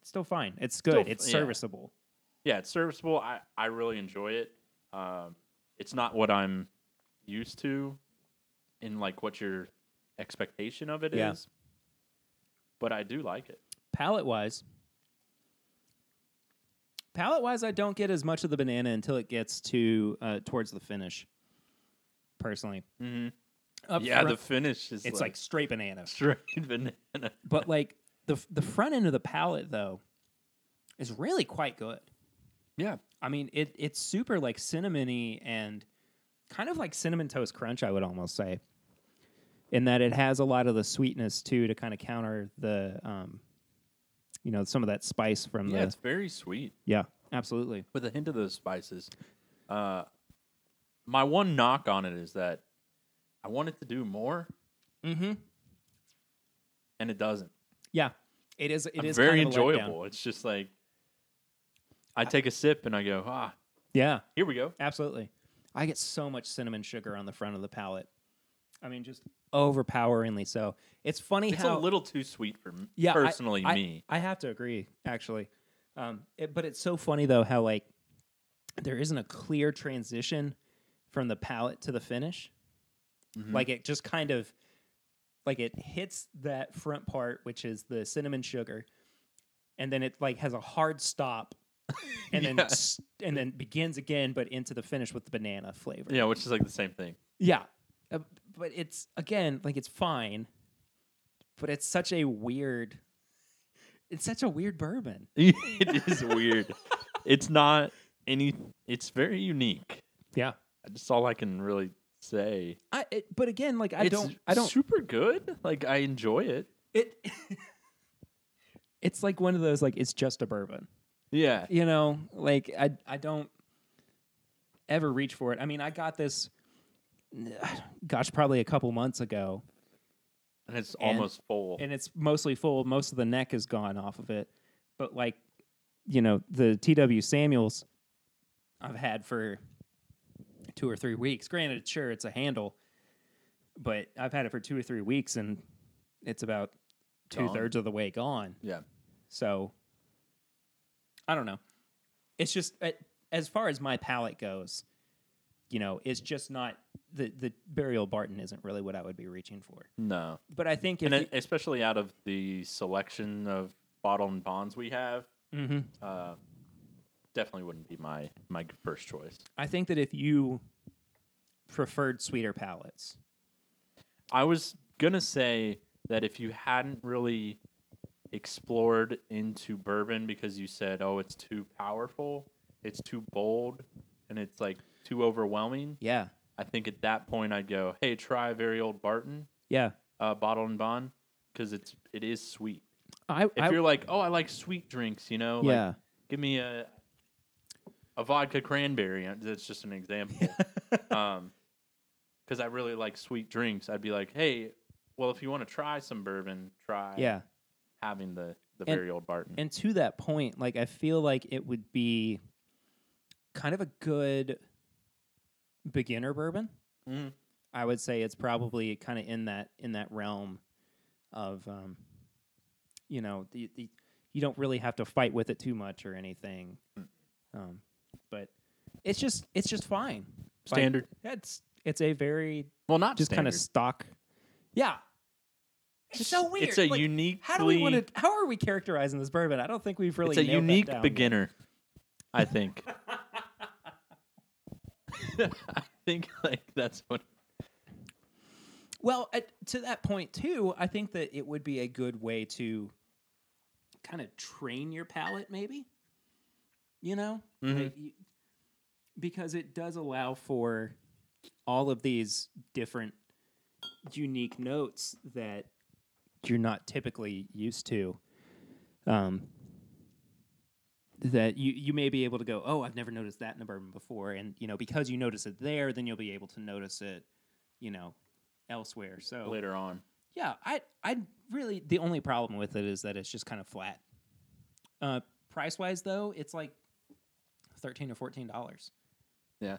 Speaker 1: it's still fine. It's good.
Speaker 2: Still f-
Speaker 1: it's
Speaker 2: yeah.
Speaker 1: serviceable.
Speaker 2: Yeah, it's serviceable. I, I really enjoy it. Um, it's not what I'm used to in like what your expectation of it is,
Speaker 1: Yeah.
Speaker 2: But I do like it.
Speaker 1: palette wise palette wise i don't get as much of the banana until it gets to uh, towards the finish personally
Speaker 2: Mhm.
Speaker 1: Up
Speaker 2: yeah, the
Speaker 1: front,
Speaker 2: finish is
Speaker 1: it's like,
Speaker 2: like,
Speaker 1: straight banana
Speaker 2: straight banana.
Speaker 1: but like the f- the front end of the palette though is really quite good
Speaker 2: Yeah.
Speaker 1: i mean it it's super like cinnamony and kind of like cinnamon toast crunch i would almost say in that it has a lot of the sweetness too to kind of counter the um you know some of that spice from
Speaker 2: Yeah,
Speaker 1: the
Speaker 2: it's very sweet.
Speaker 1: Yeah, absolutely.
Speaker 2: with a hint of those spices. Uh, my one knock on it is that I wanted to do more,
Speaker 1: Mm-hmm.
Speaker 2: and it doesn't.
Speaker 1: Yeah, it is. It is
Speaker 2: I'm very
Speaker 1: kind of a letdown.
Speaker 2: enjoyable. It's just like I take a sip and I go, ah,
Speaker 1: Yeah,
Speaker 2: here we go.
Speaker 1: absolutely. I get so much cinnamon sugar on the front of the palate. I mean, just overpoweringly so. It's funny
Speaker 2: It's
Speaker 1: how
Speaker 2: a little too sweet for m-
Speaker 1: yeah, I-
Speaker 2: personally
Speaker 1: I-
Speaker 2: me.
Speaker 1: I have to agree, actually. Um, it, but it's so funny though how like there isn't a clear transition from the palate to the finish.
Speaker 2: Mm-hmm.
Speaker 1: Like it just kind of like it hits that front part, which is the cinnamon sugar, and then it like has a hard stop, and then
Speaker 2: Yeah.
Speaker 1: s- and then begins again, but into the finish with the banana flavor.
Speaker 2: yeah, which is like the same thing.
Speaker 1: Yeah. Uh, but it's again like it's fine, but it's such a weird it's such a weird bourbon.
Speaker 2: it is weird. It's not any. It's very unique.
Speaker 1: Yeah.
Speaker 2: That's all I can really say.
Speaker 1: I, it, but again, like I
Speaker 2: it's
Speaker 1: don't, I don't.
Speaker 2: super good. Like I enjoy it.
Speaker 1: It, it's like one of those like it's just a bourbon.
Speaker 2: Yeah.
Speaker 1: You know, like I, I don't ever reach for it. I mean, I got this, gosh, probably a couple months ago,
Speaker 2: And it's
Speaker 1: And-
Speaker 2: almost full.
Speaker 1: and it's mostly full. Most of the neck is gone off of it, but like, you know, the T.W. Samuels I've had for two or three weeks. Granted, sure, it's a handle, but I've had it for two or three weeks, and it's about two
Speaker 2: Gone.
Speaker 1: thirds of the way gone.
Speaker 2: yeah.
Speaker 1: So I don't know. It's just a- as far as my palate goes, you know, it's just not the the burial Barton isn't really what I would be reaching for.
Speaker 2: No.
Speaker 1: But I think if
Speaker 2: And
Speaker 1: you-
Speaker 2: it, especially out of the selection of bottle and bonds we have,
Speaker 1: Mhm.
Speaker 2: uh, definitely wouldn't be my my first choice.
Speaker 1: I think that if you preferred sweeter palates,
Speaker 2: I was gonna say that if you hadn't really explored into bourbon because you said, "Oh, it's too powerful, it's too bold, and it's like too overwhelming,"
Speaker 1: yeah,
Speaker 2: I think at that point I'd go, "Hey, try very old Barton
Speaker 1: yeah,
Speaker 2: uh, bottle and bond because it's it is sweet."
Speaker 1: I,
Speaker 2: If
Speaker 1: I
Speaker 2: you're like, "Oh, I like sweet drinks," you know, like,
Speaker 1: yeah,
Speaker 2: give me a a vodka cranberry. uh, That's just an example. um, because I really like sweet drinks, I'd be like, hey, well, if you want to try some bourbon, try
Speaker 1: yeah.
Speaker 2: having the the
Speaker 1: And-
Speaker 2: very old Barton.
Speaker 1: And to that point, like I feel like it would be kind of a good beginner bourbon.
Speaker 2: Mhm.
Speaker 1: I would say it's probably kind of in that in that realm of, um, you know, the, the you don't really have to fight with it too much or anything.
Speaker 2: Mm.
Speaker 1: Um, but it's just it's just fine. Like,
Speaker 2: Standard.
Speaker 1: It's it's a very
Speaker 2: well, not
Speaker 1: just kind of
Speaker 2: standard.
Speaker 1: stock. Yeah. It's, so weird.
Speaker 2: It's a
Speaker 1: Like,
Speaker 2: unique.
Speaker 1: How do we want to? How are we characterizing this bourbon? I don't think we've really.
Speaker 2: It's a
Speaker 1: nailed that
Speaker 2: unique
Speaker 1: down yet.
Speaker 2: beginner, I think. I think like that's what.
Speaker 1: Well, at, to that point too, I think that it would be a good way to kind of train your palate, maybe. You know,
Speaker 2: Mhm.
Speaker 1: Like, you- because it does allow for all of these different unique notes that you're not typically used to. Um, that you, you may be able to go, oh, I've never noticed that in a bourbon before, and you know because you notice it there, then you'll be able to notice it, you know, elsewhere. So
Speaker 2: Later on,
Speaker 1: yeah, I I really the only problem with it is that it's just kind of flat. Uh, price wise though, it's like thirteen or fourteen dollars.
Speaker 2: yeah,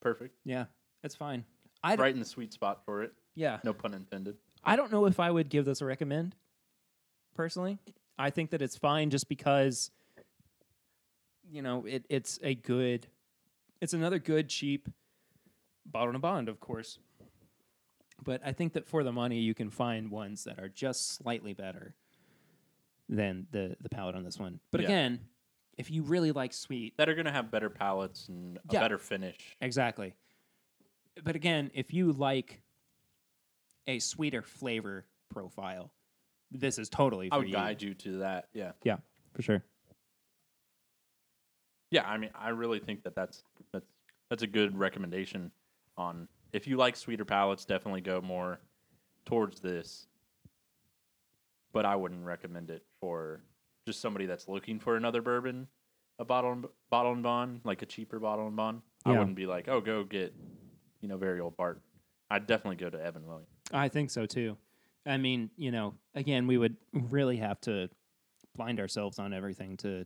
Speaker 2: perfect.
Speaker 1: Yeah, that's fine. I don't,
Speaker 2: Right in the sweet spot for it.
Speaker 1: yeah,
Speaker 2: No pun intended.
Speaker 1: I don't know if I would give this a recommend. Personally, I think that it's fine just because you know it, it's a good, it's another good cheap bottle and a bond, of course. But I think that for the money, you can find ones that are just slightly better than the the palette on this one. But
Speaker 2: Yeah.
Speaker 1: again, if you really like sweet,
Speaker 2: That are gonna have better palettes and a
Speaker 1: Yeah.
Speaker 2: better finish.
Speaker 1: Exactly. But again, if you like a sweeter flavor profile, this is totally for
Speaker 2: I would
Speaker 1: you.
Speaker 2: guide you to that. Yeah.
Speaker 1: Yeah, for sure.
Speaker 2: Yeah, I mean, I really think that that's that's that's a good recommendation. On if you like sweeter palates, definitely go more towards this. But I wouldn't recommend it for just somebody that's looking for another bourbon, a bottle and, bottle and bond, like a cheaper bottle and bond. I
Speaker 1: Yeah.
Speaker 2: wouldn't be like, oh, go get, you know, very old Bart. I'd definitely go to Evan Williams.
Speaker 1: I think so too. I mean, you know, again, we would really have to blind ourselves on everything to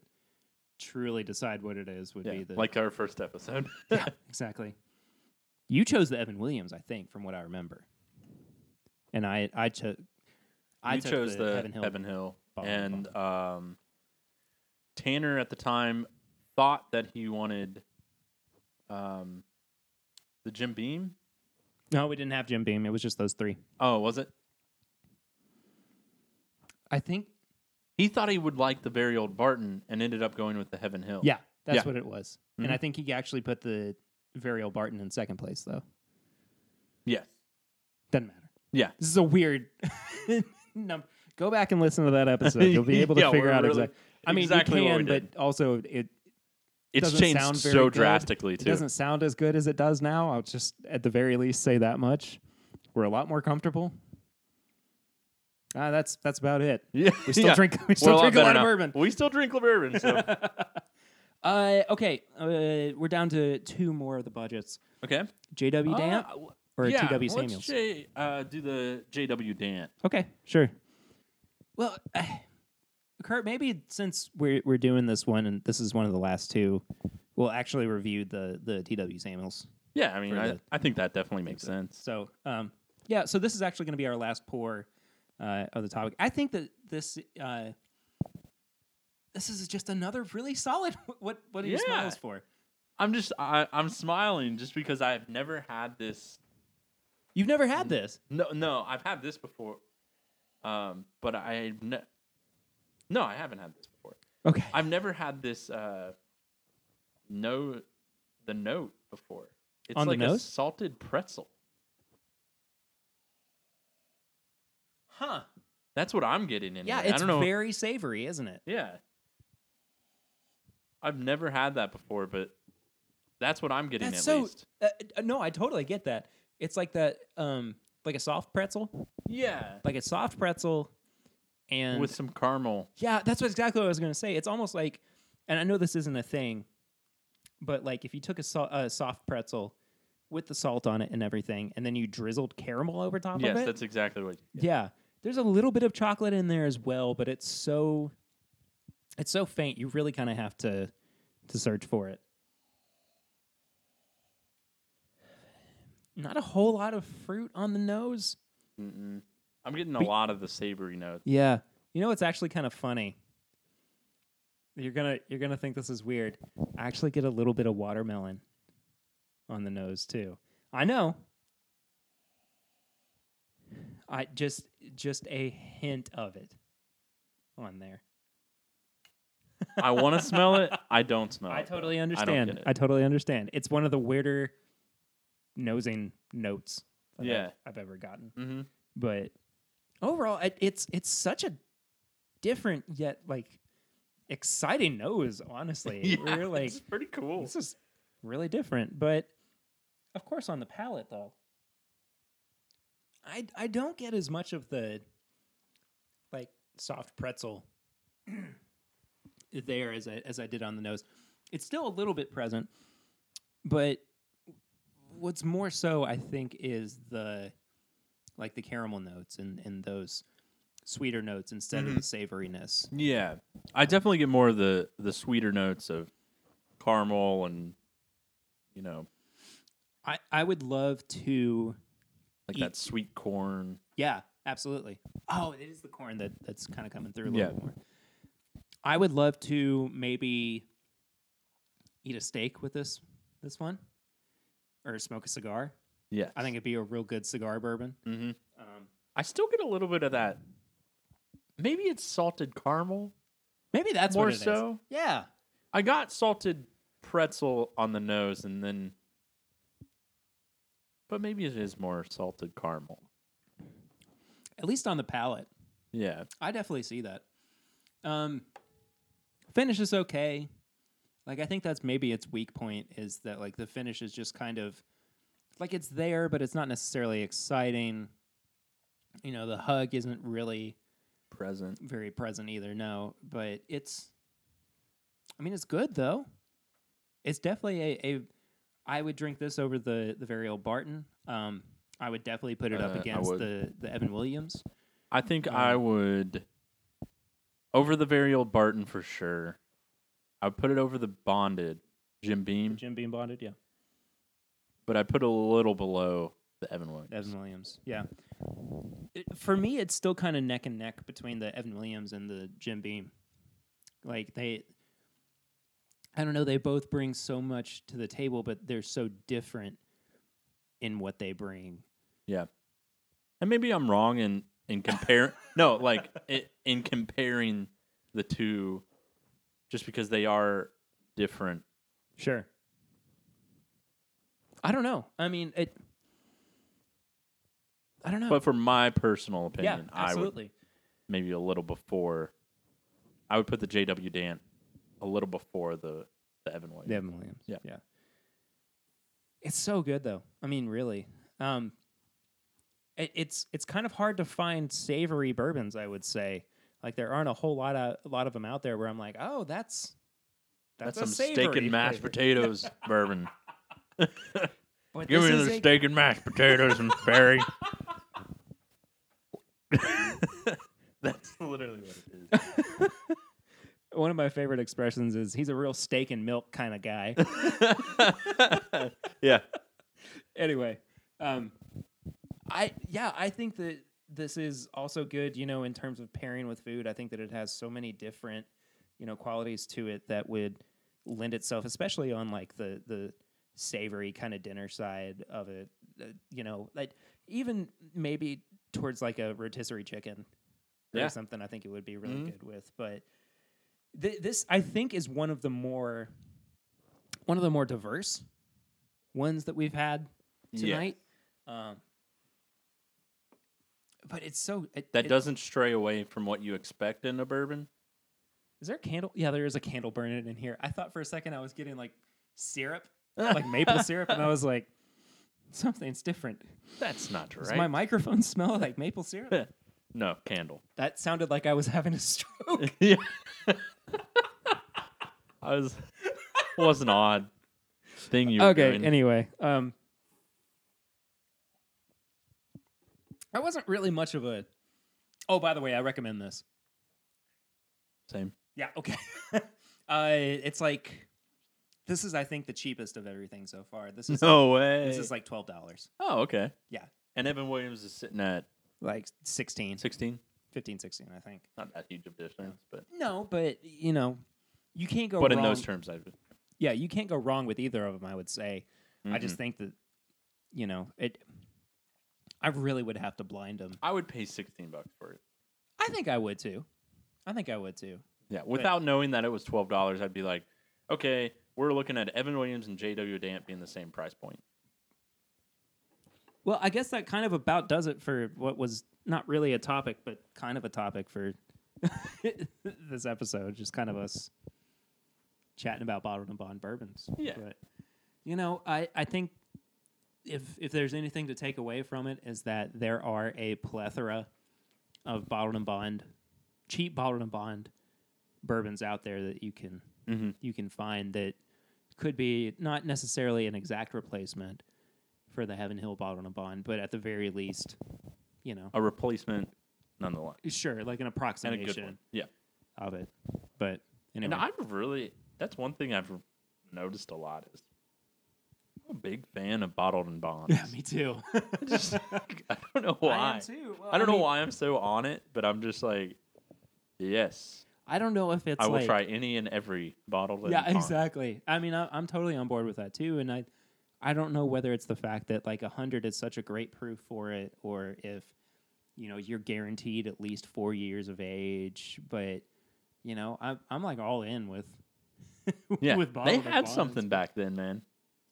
Speaker 1: truly decide what it is would
Speaker 2: Yeah,
Speaker 1: be the
Speaker 2: like our first episode.
Speaker 1: Yeah, exactly. You chose the Evan Williams, I think, from what I remember. And I I took I
Speaker 2: you
Speaker 1: took
Speaker 2: chose the,
Speaker 1: Evan Hill. bottle
Speaker 2: and um, Tanner at the time thought that he wanted um, the Jim Beam.
Speaker 1: No, we didn't have Jim Beam. It was just those three.
Speaker 2: Oh, was it?
Speaker 1: I think
Speaker 2: He thought he would like the very old Barton, and ended up going with the Heaven Hill.
Speaker 1: Yeah, that's
Speaker 2: Yeah.
Speaker 1: what it was. And
Speaker 2: Mhm.
Speaker 1: I think he actually put the Varial Barton in second place, though.
Speaker 2: yes,
Speaker 1: Doesn't matter.
Speaker 2: yeah.
Speaker 1: This is a weird number. Go back and listen to that episode. You'll be able to
Speaker 2: Yeah,
Speaker 1: figure
Speaker 2: we're
Speaker 1: out
Speaker 2: really-
Speaker 1: exactly. I mean,
Speaker 2: exactly
Speaker 1: you
Speaker 2: what
Speaker 1: can,
Speaker 2: we
Speaker 1: but
Speaker 2: did.
Speaker 1: also it
Speaker 2: It's
Speaker 1: doesn't
Speaker 2: changed
Speaker 1: sound very
Speaker 2: so
Speaker 1: good.
Speaker 2: drastically
Speaker 1: It
Speaker 2: too.
Speaker 1: doesn't sound as good as it does now. I'll just at the very least say that much. We're a lot more comfortable. Ah, that's that's about it.
Speaker 2: yeah,
Speaker 1: We still
Speaker 2: yeah.
Speaker 1: drink. We
Speaker 2: We're
Speaker 1: still
Speaker 2: lot
Speaker 1: drink a lot
Speaker 2: better
Speaker 1: of
Speaker 2: now.
Speaker 1: bourbon.
Speaker 2: We still drink bourbon. So.
Speaker 1: Uh, okay, uh, we're down to two more of the budgets.
Speaker 2: okay.
Speaker 1: J.W.
Speaker 2: Uh,
Speaker 1: Dant
Speaker 2: w-
Speaker 1: or
Speaker 2: yeah,
Speaker 1: T.W.
Speaker 2: let's
Speaker 1: Samuels.
Speaker 2: J, uh, do the J.W. Dan.
Speaker 1: okay, sure. Well, uh, Kurt, maybe since we're we're doing this one and this is one of the last two, we'll actually review the the T.W. Samuels.
Speaker 2: Yeah, I mean,
Speaker 1: For
Speaker 2: I,
Speaker 1: the-
Speaker 2: I think that definitely makes sense.
Speaker 1: So, um, yeah, so this is actually going to be our last pour uh, of the topic. I think that this uh, this is just another really solid what what he
Speaker 2: Yeah.
Speaker 1: smiles for.
Speaker 2: I'm just, I, I'm smiling just because I've never had this.
Speaker 1: You've never had this.
Speaker 2: No, no, I've had this before, um, but I ne- no, I haven't had this before.
Speaker 1: Okay.
Speaker 2: I've never had this. Uh, no, the note before. It's
Speaker 1: On the
Speaker 2: like a
Speaker 1: nose?
Speaker 2: salted pretzel. Huh. That's what I'm getting in.
Speaker 1: yeah,
Speaker 2: here.
Speaker 1: it's
Speaker 2: I don't know.
Speaker 1: very savory, isn't it?
Speaker 2: Yeah. I've never had that before, but that's what I'm getting
Speaker 1: That's
Speaker 2: at
Speaker 1: so.
Speaker 2: least.
Speaker 1: Uh, uh, no, I totally get that. It's like that, um, like a soft pretzel,
Speaker 2: Yeah.
Speaker 1: like a soft pretzel, and
Speaker 2: With some caramel.
Speaker 1: Yeah, that's what exactly what I was going to say. It's almost like, and I know this isn't a thing, but like if you took a, so- a soft pretzel with the salt on it and everything, and then you drizzled caramel over top
Speaker 2: Yes,
Speaker 1: of it.
Speaker 2: that's exactly what.
Speaker 1: yeah. there's a little bit of chocolate in there as well, but it's so, it's so faint. You really kind of have to, to search for it. Not a whole lot of fruit on the nose.
Speaker 2: Mm-mm. I'm getting a
Speaker 1: We-
Speaker 2: lot of the savory notes.
Speaker 1: Yeah. You know what's actually kind of funny? You're gonna you're gonna think this is weird. I actually get a little bit of watermelon on the nose too. I know. I just just a hint of it on there.
Speaker 2: I want to smell it. I don't smell it.
Speaker 1: I
Speaker 2: though.
Speaker 1: totally
Speaker 2: don't
Speaker 1: understand. I,
Speaker 2: get it.
Speaker 1: totally understand. It's one of the weirder nosing notes that I've-
Speaker 2: Yeah.
Speaker 1: I've ever gotten.
Speaker 2: Mm-hmm.
Speaker 1: but overall it, it's it's such a different yet like exciting nose honestly we're like
Speaker 2: it's pretty cool.
Speaker 1: this is really different but of course on the palate though i i don't get as much of the like soft pretzel there as i as i did on the nose it's still a little bit present but what's more so i think is the like the caramel notes and and those sweeter notes instead of the savoriness
Speaker 2: Yeah, I definitely get more of the the sweeter notes of caramel and you know
Speaker 1: i i would love to
Speaker 2: like
Speaker 1: Eat-
Speaker 2: that sweet corn.
Speaker 1: Yeah, absolutely. Oh, it is the corn that that's kind of coming through a little
Speaker 2: Yeah.
Speaker 1: bit more. I would love to maybe eat a steak with this this one, or smoke a cigar.
Speaker 2: Yeah,
Speaker 1: I think it'd be a real good cigar bourbon.
Speaker 2: Mm-hmm.
Speaker 1: Um,
Speaker 2: I still get a little bit of that. Maybe it's salted caramel.
Speaker 1: maybe that's
Speaker 2: More
Speaker 1: what it is.
Speaker 2: so?
Speaker 1: Yeah,
Speaker 2: I got salted pretzel on the nose, and then, but maybe it is more salted caramel.
Speaker 1: at least on the palate,
Speaker 2: Yeah,
Speaker 1: I definitely see that. Um, finish is okay. Like I think that's maybe its weak point is that like the finish is just kind of like it's there, but it's not necessarily exciting. You know, the hug isn't really
Speaker 2: present.
Speaker 1: very present either. No, but it's. I mean, it's good though. It's definitely a. a I would drink this over the the very old Barton. Um, I would definitely put it
Speaker 2: Uh,
Speaker 1: up
Speaker 2: I
Speaker 1: against
Speaker 2: would.
Speaker 1: the the Evan Williams.
Speaker 2: I think I would over the very old Barton for sure. I would put it over the bonded Jim Beam,
Speaker 1: Jim Beam bonded, yeah.
Speaker 2: but I put a little below the Evan Williams.
Speaker 1: Evan Williams. Yeah. It- for me, it's still kind of neck and neck between the Evan Williams and the Jim Beam. Like they, I don't know, they both bring so much to the table, but they're so different in what they bring.
Speaker 2: Yeah, and maybe I'm wrong in in compare. no, like i in comparing the two, just because they are different.
Speaker 1: Sure. I don't know. I mean, it. I don't know.
Speaker 2: But for my personal
Speaker 1: yeah,
Speaker 2: opinion, I would
Speaker 1: absolutely.
Speaker 2: maybe a little before. I would put the JW Dan a little before the the Evan Williams.
Speaker 1: Devin Williams.
Speaker 2: Yeah.
Speaker 1: Yeah. It's so good though. I mean, really. Um it, it's it's kind of hard to find savory bourbons, I would say. Like there aren't a whole lot of a lot of them out there where I'm like, "Oh, that's
Speaker 2: That's,
Speaker 1: that's, a
Speaker 2: some
Speaker 1: savory
Speaker 2: steak and mashed
Speaker 1: flavor."
Speaker 2: potatoes bourbon.
Speaker 1: But
Speaker 2: Give
Speaker 1: this
Speaker 2: me
Speaker 1: is
Speaker 2: the
Speaker 1: a-
Speaker 2: steak and mashed potatoes and berry. That's literally what it is.
Speaker 1: One of my favorite expressions is he's a real steak and milk kind of guy.
Speaker 2: Yeah.
Speaker 1: anyway, um, I yeah, I think that this is also good. You know, in terms of pairing with food, I think that it has so many different you know qualities to it that would lend itself, especially on like the the savory kind of dinner side of it. Uh, you know, like even maybe towards like a rotisserie chicken
Speaker 2: Yeah.
Speaker 1: or something. I think it would be really
Speaker 2: Mhm.
Speaker 1: good with, but. Th- this I think is one of the more one of the more diverse ones that we've had
Speaker 2: Yeah.
Speaker 1: tonight. Um, but it's so it,
Speaker 2: That
Speaker 1: it-
Speaker 2: doesn't stray away from what you expect in a bourbon.
Speaker 1: Is there a candle? Yeah, there is a candle burning in here. I thought for a second I was getting like syrup, like maple syrup, and I was like, something's different.
Speaker 2: That's not
Speaker 1: Does
Speaker 2: right.
Speaker 1: my microphone smell like maple syrup?
Speaker 2: no, candle.
Speaker 1: that sounded like I was having a stroke.
Speaker 2: Yeah. I was was an odd thing you were
Speaker 1: okay.
Speaker 2: doing.
Speaker 1: Anyway, um, I wasn't really much of a. Oh, by the way, I recommend this.
Speaker 2: Same.
Speaker 1: Yeah, okay. uh, it's like this is I think the cheapest of everything so far. This is
Speaker 2: No way.
Speaker 1: this is like twelve dollars.
Speaker 2: oh, okay.
Speaker 1: Yeah.
Speaker 2: And Evan Williams is sitting at
Speaker 1: Like 16,
Speaker 2: 16.
Speaker 1: 15, 16, I think.
Speaker 2: Not that huge of a difference, but
Speaker 1: No, but you know, you can't go
Speaker 2: but in
Speaker 1: wrong.
Speaker 2: those terms, I would.
Speaker 1: yeah, you can't go wrong with either of them, I would say. I just think that you know, it I really would have to blind them.
Speaker 2: I would pay 16 bucks for it.
Speaker 1: I think I would too. I think I would too.
Speaker 2: Yeah, without knowing that it was twelve dollars, I'd be like, okay, we're looking at Evan Williams and J.W. Damp being the same price point.
Speaker 1: Well, I guess that kind of about does it for what was not really a topic, but kind of a topic for this episode. Just kind of us chatting about bottled and bond bourbons.
Speaker 2: Yeah.
Speaker 1: But, you know, I, I think if if there's anything to take away from it is that there are a plethora of bottled and bond, cheap bottled and bond bourbons out there that you can
Speaker 2: Mm-hmm.
Speaker 1: you can find that could be not necessarily an exact replacement for the Heaven Hill bottle and a bond, but at the very least, you know,
Speaker 2: A replacement, nonetheless,
Speaker 1: sure, like an
Speaker 2: and a good one.
Speaker 1: approximation
Speaker 2: Yeah,
Speaker 1: of it. But anyway,
Speaker 2: and I've really that's one thing I've noticed a lot is I'm a big fan of bottled and bonds.
Speaker 1: yeah, me too.
Speaker 2: I just- I don't know why. I,
Speaker 1: am too. Well,
Speaker 2: don't know
Speaker 1: mean,
Speaker 2: why I'm so on it, but I'm just like, yes,
Speaker 1: I don't know if it's.
Speaker 2: I will
Speaker 1: like-
Speaker 2: try any and every bottled. and
Speaker 1: Yeah,
Speaker 2: bond.
Speaker 1: exactly. I mean, I, I'm totally on board with that too, and I, I don't know whether it's the fact that like hundred is such a great proof for it, or if, you know, you're guaranteed at least four years of age. But, you know, I'm I'm like all in with.
Speaker 2: Yeah,
Speaker 1: with
Speaker 2: they
Speaker 1: bottled and
Speaker 2: had
Speaker 1: bonds.
Speaker 2: something back then, man.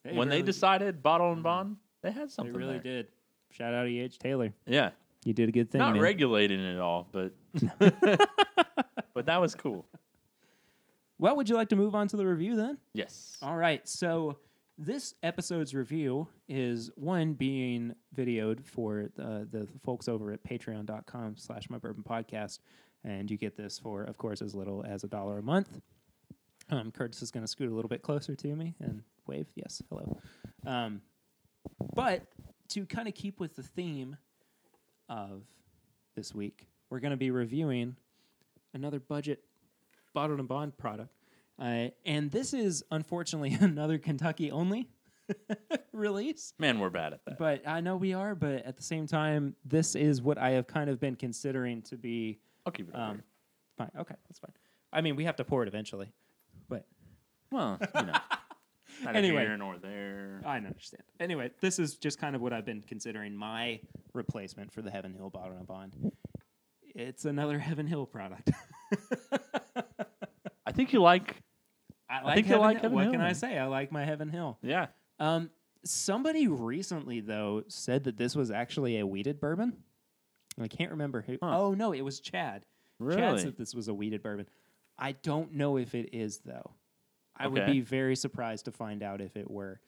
Speaker 2: when
Speaker 1: really-
Speaker 2: they decided bottle and
Speaker 1: Mhm.
Speaker 2: bond, they had
Speaker 1: they
Speaker 2: something.
Speaker 1: really
Speaker 2: there.
Speaker 1: did. Shout out E. H. Taylor,
Speaker 2: Yeah,
Speaker 1: you did a good thing.
Speaker 2: not
Speaker 1: man.
Speaker 2: regulating it all, but but that was cool.
Speaker 1: Well, would you like to move on to the review then?
Speaker 2: Yes.
Speaker 1: All right. So this episode's review is one being videoed for uh, the folks over at patreon.com slash my bourbon podcast. And you get this for, of course, as little as a dollar a month. Um, Curtis is going to scoot a little bit closer to me and wave. Yes. Hello. Um, but to kind of keep with the theme of this week, we're going to be reviewing another budget bottled and bond product. Uh, and this is unfortunately another Kentucky only release.
Speaker 2: Man, we're bad at that.
Speaker 1: But I know we are, but at the same time, this is what I have kind of been considering to be
Speaker 2: I'll keep it.
Speaker 1: um,
Speaker 2: Um,
Speaker 1: fine. Okay, that's fine. I mean, we have to pour it eventually. But
Speaker 2: well, you know, neither
Speaker 1: Anyway.
Speaker 2: here nor there.
Speaker 1: I understand. Anyway, this is just kind of what I've been considering my replacement for the Heaven Hill Bottle and Bond. It's another Heaven Hill product.
Speaker 2: I think you like.
Speaker 1: I like
Speaker 2: think you'll
Speaker 1: Heaven
Speaker 2: like
Speaker 1: Hill.
Speaker 2: Heaven
Speaker 1: what
Speaker 2: Hill,
Speaker 1: can I
Speaker 2: man.
Speaker 1: say? I like my Heaven Hill.
Speaker 2: Yeah.
Speaker 1: Um, somebody recently though said that this was actually a weeded bourbon. I can't remember who.
Speaker 2: Huh.
Speaker 1: Oh no, it was Chad. Chad
Speaker 2: Really.
Speaker 1: said this was a weeded bourbon. I don't know if it is though. I would
Speaker 2: Okay.
Speaker 1: be very surprised to find out if it were.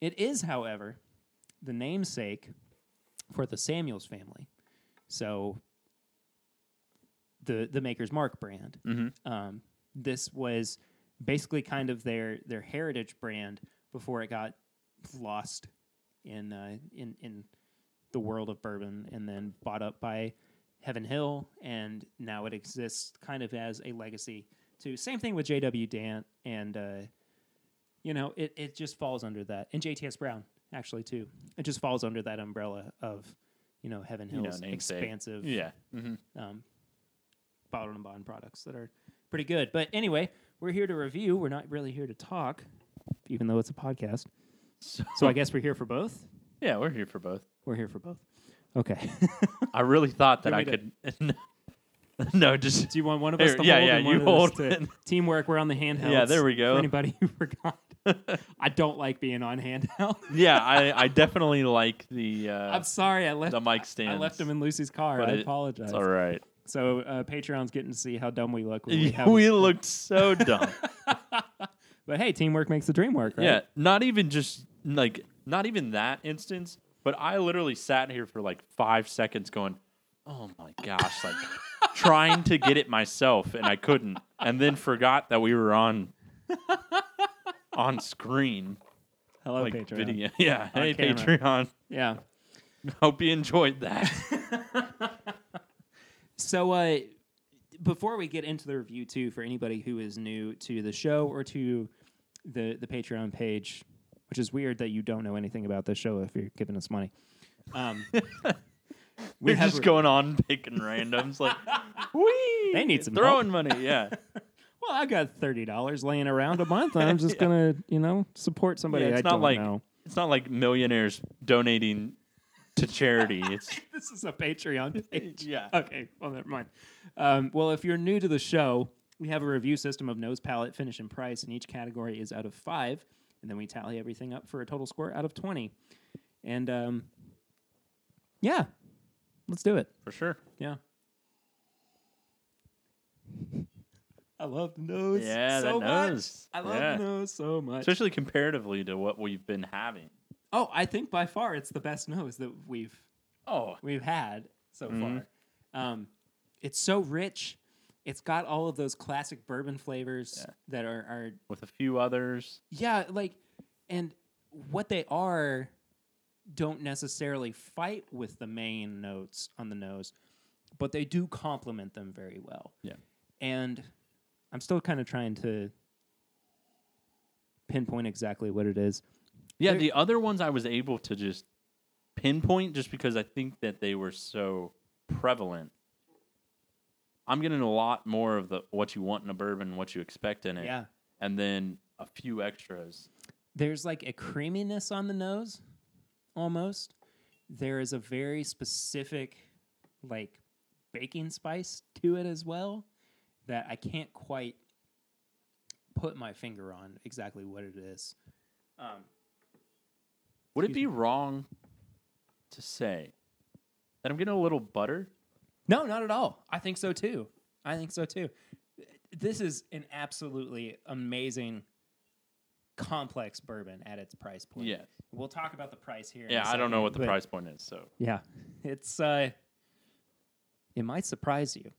Speaker 1: It is, however, the namesake for the Samuels family. So the the Maker's Mark brand.
Speaker 2: Mm-hmm.
Speaker 1: Um, this was basically kind of their their heritage brand before it got lost in uh, in in the world of bourbon and then bought up by Heaven Hill and now it exists kind of as a legacy to same thing with JW Dant and uh, you know it, it just falls under that and JTS Brown actually too it just falls under that umbrella of you know Heaven
Speaker 2: You know,
Speaker 1: Hill's
Speaker 2: namesake.
Speaker 1: expansive
Speaker 2: Yeah. hmm
Speaker 1: um, bottled and bond products that are pretty good. But anyway, we're here to review. We're not really here to talk, even though it's a podcast.
Speaker 2: So,
Speaker 1: So I guess we're here for both.
Speaker 2: yeah, we're here for both.
Speaker 1: We're here for both. Okay.
Speaker 2: I really thought that
Speaker 1: Give
Speaker 2: I
Speaker 1: me
Speaker 2: could. no, just
Speaker 1: Do you want one of
Speaker 2: Here,
Speaker 1: us to
Speaker 2: yeah,
Speaker 1: hold?
Speaker 2: yeah,
Speaker 1: and one
Speaker 2: you
Speaker 1: of us
Speaker 2: hold
Speaker 1: to-
Speaker 2: it.
Speaker 1: Teamwork. We're on the handheld.
Speaker 2: Yeah, there we go.
Speaker 1: For anybody who forgot, I don't like being on handheld.
Speaker 2: yeah. I, I definitely like the uh,
Speaker 1: I'm sorry, I left
Speaker 2: the mic
Speaker 1: I
Speaker 2: stands.
Speaker 1: left them in Lucy's car.
Speaker 2: but
Speaker 1: I
Speaker 2: it-
Speaker 1: apologize.
Speaker 2: It's all right.
Speaker 1: So uh, Patreon's getting to see how dumb we look. When we
Speaker 2: We,
Speaker 1: have
Speaker 2: looked so dumb.
Speaker 1: but hey, teamwork makes the dream work, right?
Speaker 2: Yeah, not even just like not even that instance, but I literally sat here for like five seconds going, "Oh my gosh!" Like trying to get it myself, and I couldn't, and then forgot that we were on on screen,
Speaker 1: Hello,
Speaker 2: like
Speaker 1: Patreon.
Speaker 2: video. Yeah,
Speaker 1: On
Speaker 2: hey
Speaker 1: camera.
Speaker 2: Patreon,
Speaker 1: Yeah.
Speaker 2: hope you enjoyed that.
Speaker 1: So, uh, before we get into the review, too, for anybody who is new to the show or to the the Patreon page, which is weird that you don't know anything about this show if you're giving us money. Um,
Speaker 2: we are
Speaker 1: have
Speaker 2: just
Speaker 1: re-
Speaker 2: going on picking randoms, like wee.
Speaker 1: They need some
Speaker 2: throwing money. Yeah,
Speaker 1: well, I've got thirty dollars laying around a month, and I'm just gonna, you know, support somebody
Speaker 2: Yeah, it's
Speaker 1: I
Speaker 2: not
Speaker 1: don't
Speaker 2: like-
Speaker 1: know.
Speaker 2: it's not like millionaires donating to charity. It's
Speaker 1: This is a Patreon page.
Speaker 2: yeah.
Speaker 1: Okay, well, never mind. Um, well, if you're new to the show, we have a review system of nose, palette, finish, and price, and each category is out of five, and then we tally everything up for a total score out of 20. And um, yeah, let's do it.
Speaker 2: for sure.
Speaker 1: Yeah. I love the nose
Speaker 2: Yeah,
Speaker 1: so
Speaker 2: the
Speaker 1: much.
Speaker 2: nose.
Speaker 1: I love
Speaker 2: Yeah.
Speaker 1: the nose so much.
Speaker 2: especially comparatively to what we've been having.
Speaker 1: Oh, I think by far it's the best nose that we've
Speaker 2: Oh,
Speaker 1: we've had so
Speaker 2: Mhm.
Speaker 1: far. Um, it's so rich. It's got all of those classic bourbon flavors
Speaker 2: Yeah.
Speaker 1: that are, are
Speaker 2: with a few others.
Speaker 1: yeah, like, and what they are don't necessarily fight with the main notes on the nose, but they do complement them very well.
Speaker 2: Yeah.
Speaker 1: And I'm still kind of trying to pinpoint exactly what it is.
Speaker 2: Yeah,
Speaker 1: There-
Speaker 2: the other ones I was able to just pinpoint just because I think that they were so prevalent. I'm getting a lot more of the what you want in a bourbon, what you expect in it,
Speaker 1: Yeah.
Speaker 2: and then a few extras.
Speaker 1: there's like a creaminess on the nose almost there is a very specific like baking spice to it as well that i can't quite put my finger on exactly what it is um,
Speaker 2: Would it
Speaker 1: Excuse
Speaker 2: be wrong to say that I'm getting a little butter?
Speaker 1: no not at all i think so too i think so too this is an absolutely amazing complex bourbon at its price point
Speaker 2: Yes.
Speaker 1: we'll talk about the price here in a
Speaker 2: Yeah, I don't know
Speaker 1: second,
Speaker 2: what the
Speaker 1: but-
Speaker 2: price point is, so
Speaker 1: Yeah. It's uh it might surprise you.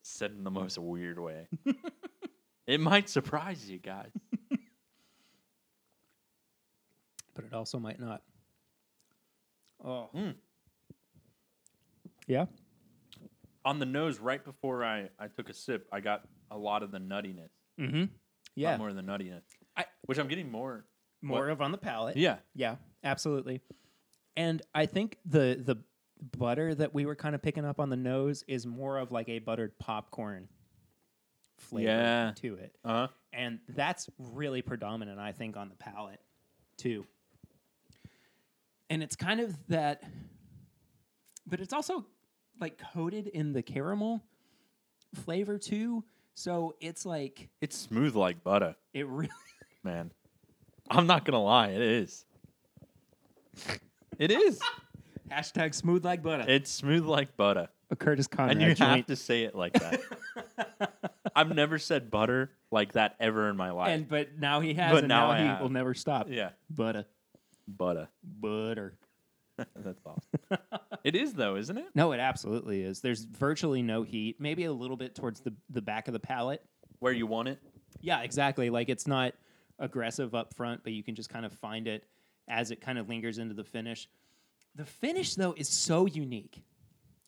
Speaker 2: said in the most weird way. it might surprise you guys.
Speaker 1: But it also might not. Oh.
Speaker 2: Mm.
Speaker 1: Yeah.
Speaker 2: on the nose right before I, I took a sip, I got a lot of the nuttiness.
Speaker 1: Mm-hmm.
Speaker 2: A
Speaker 1: Yeah.
Speaker 2: lot more of the nuttiness.
Speaker 1: I-
Speaker 2: which I'm getting more.
Speaker 1: More of on the palate.
Speaker 2: Yeah.
Speaker 1: Yeah, absolutely. And I think the the butter that we were kind of picking up on the nose is more of like a buttered popcorn flavor
Speaker 2: Yeah.
Speaker 1: to it.
Speaker 2: Uh huh.
Speaker 1: and that's really predominant i think on the palate too and it's kind of that but it's also like coated in the caramel flavor too so it's like
Speaker 2: It's smooth like butter,
Speaker 1: it really
Speaker 2: man. I'm not gonna lie, it is. It is.
Speaker 1: hashtag smooth like butter
Speaker 2: It's smooth like butter,
Speaker 1: a curtis conrad
Speaker 2: and you have
Speaker 1: joint
Speaker 2: to say it like that. I've never said butter like that ever in my life.
Speaker 1: and but now he has,
Speaker 2: But
Speaker 1: and
Speaker 2: now
Speaker 1: now,
Speaker 2: I
Speaker 1: he
Speaker 2: have.
Speaker 1: will never stop.
Speaker 2: yeah,
Speaker 1: Butter,
Speaker 2: butter.
Speaker 1: butter.
Speaker 2: That's awesome. it is though, isn't it?
Speaker 1: No, it absolutely is. There's virtually no heat. Maybe a little bit towards the the back of the palate.
Speaker 2: Where you want it?
Speaker 1: Yeah, exactly. Like it's not aggressive up front, but you can just kind of find it as it kind of lingers into the finish. The finish though is so unique.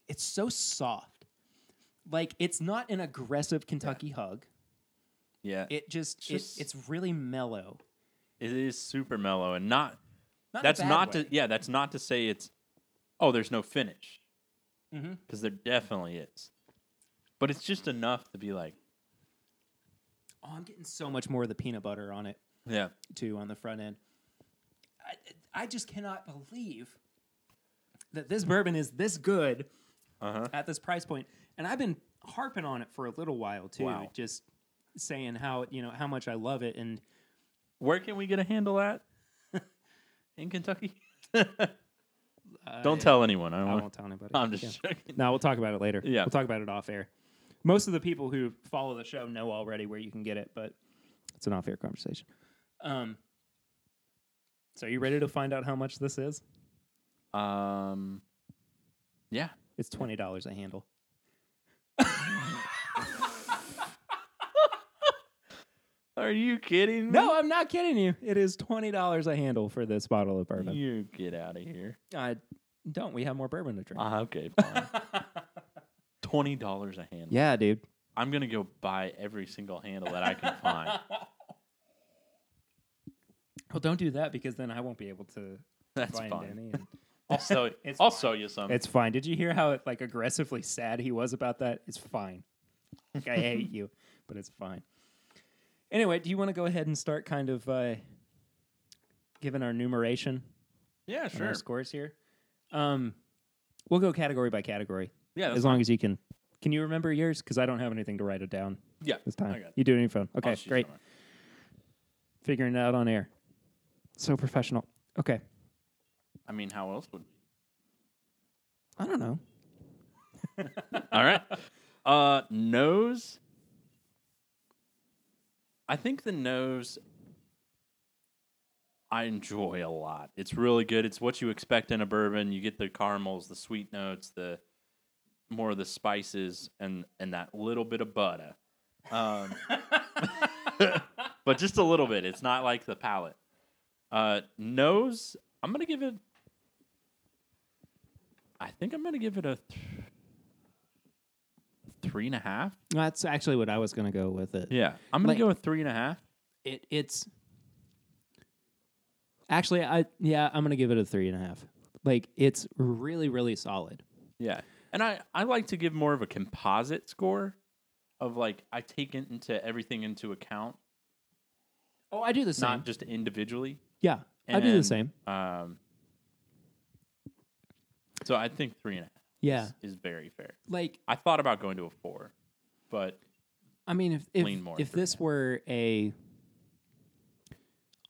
Speaker 1: It's so soft. Like it's not an aggressive Kentucky hug.
Speaker 2: Yeah,
Speaker 1: It just,
Speaker 2: It's
Speaker 1: it-
Speaker 2: just-
Speaker 1: it's really mellow.
Speaker 2: it is super mellow and not.
Speaker 1: Not in a
Speaker 2: that's
Speaker 1: bad
Speaker 2: not
Speaker 1: way.
Speaker 2: to. Yeah, that's not to say it's. Oh, there's no finish.
Speaker 1: Mhm.
Speaker 2: Because there definitely is, but it's just enough to be like,
Speaker 1: Oh, I'm getting so much more of the peanut butter on it
Speaker 2: yeah,
Speaker 1: too on the front end. I, I just cannot believe that this bourbon is this good
Speaker 2: uh huh.
Speaker 1: at this price point. And I've been harping on it for a little while too,
Speaker 2: Wow.
Speaker 1: just saying how you know how much I love it. And
Speaker 2: Where can we get a handle at? In Kentucky?
Speaker 1: uh,
Speaker 2: Don't tell anyone. I
Speaker 1: I
Speaker 2: don't.
Speaker 1: won't tell anybody.
Speaker 2: I'm just joking.
Speaker 1: No, we'll talk about it later.
Speaker 2: Yeah.
Speaker 1: we'll talk about it off air. Most of the people who follow the show know already where you can get it, but it's an off-air conversation. Um, so, are you ready to find out how much this is?
Speaker 2: Um, yeah.
Speaker 1: It's twenty dollars a handle.
Speaker 2: Are you kidding me?
Speaker 1: No, I'm not kidding you. It is twenty dollars a handle for this bottle of bourbon.
Speaker 2: You get out of here.
Speaker 1: I don't. We have more bourbon to drink.
Speaker 2: Ah, okay, fine. Twenty dollars a handle.
Speaker 1: yeah, dude.
Speaker 2: I'm gonna go buy every single handle that I can find.
Speaker 1: Well, don't do that because then I won't be able to
Speaker 2: That's
Speaker 1: find
Speaker 2: fine.
Speaker 1: any. and-
Speaker 2: I'll sell.
Speaker 1: It's
Speaker 2: I'll
Speaker 1: fine.
Speaker 2: sell you some.
Speaker 1: It's fine. Did you hear how like aggressively sad he was about that? It's fine. Like, I hate you, but it's fine. Anyway, do you want to go ahead and start kind of uh, giving our numeration
Speaker 2: yeah,
Speaker 1: on
Speaker 2: sure.
Speaker 1: our scores here? Um, we'll go category by category.
Speaker 2: Yeah, that's
Speaker 1: as long as you can. Can you remember yours? Because I don't have anything to write it down
Speaker 2: yeah.
Speaker 1: this
Speaker 2: I
Speaker 1: time.
Speaker 2: got it.
Speaker 1: You do it on your phone.
Speaker 2: I'll
Speaker 1: Okay,
Speaker 2: shoot
Speaker 1: great.
Speaker 2: somewhere.
Speaker 1: Figuring it out on air. So professional. Okay.
Speaker 2: I mean, how else would?
Speaker 1: I don't know.
Speaker 2: All right. Uh, nose. I think the nose I enjoy a lot. It's really good. It's what you expect in a bourbon. You get the caramels, the sweet notes, the more of the spices and and that little bit of butter. Um, but just a little bit. It's not like the palate. Uh, nose, I'm going to give it I think I'm going to give it a th- three and a half.
Speaker 1: That's actually what I was going to go with it.
Speaker 2: Yeah, I'm gonna
Speaker 1: Like-
Speaker 2: go with three and a half.
Speaker 1: it it's actually I yeah I'm gonna give it a three and a half. Like it's really really solid.
Speaker 2: Yeah, and I I like to give more of a composite score, of like I take it into everything into account,
Speaker 1: Oh, I do the same.
Speaker 2: not just individually.
Speaker 1: yeah, I do the
Speaker 2: And,
Speaker 1: same.
Speaker 2: Um, so I think three and a half
Speaker 1: Yeah,
Speaker 2: is, is very fair.
Speaker 1: like
Speaker 2: I thought about going to a four, but
Speaker 1: I mean, if if,
Speaker 2: Lean more
Speaker 1: if
Speaker 2: three
Speaker 1: this
Speaker 2: and a
Speaker 1: were a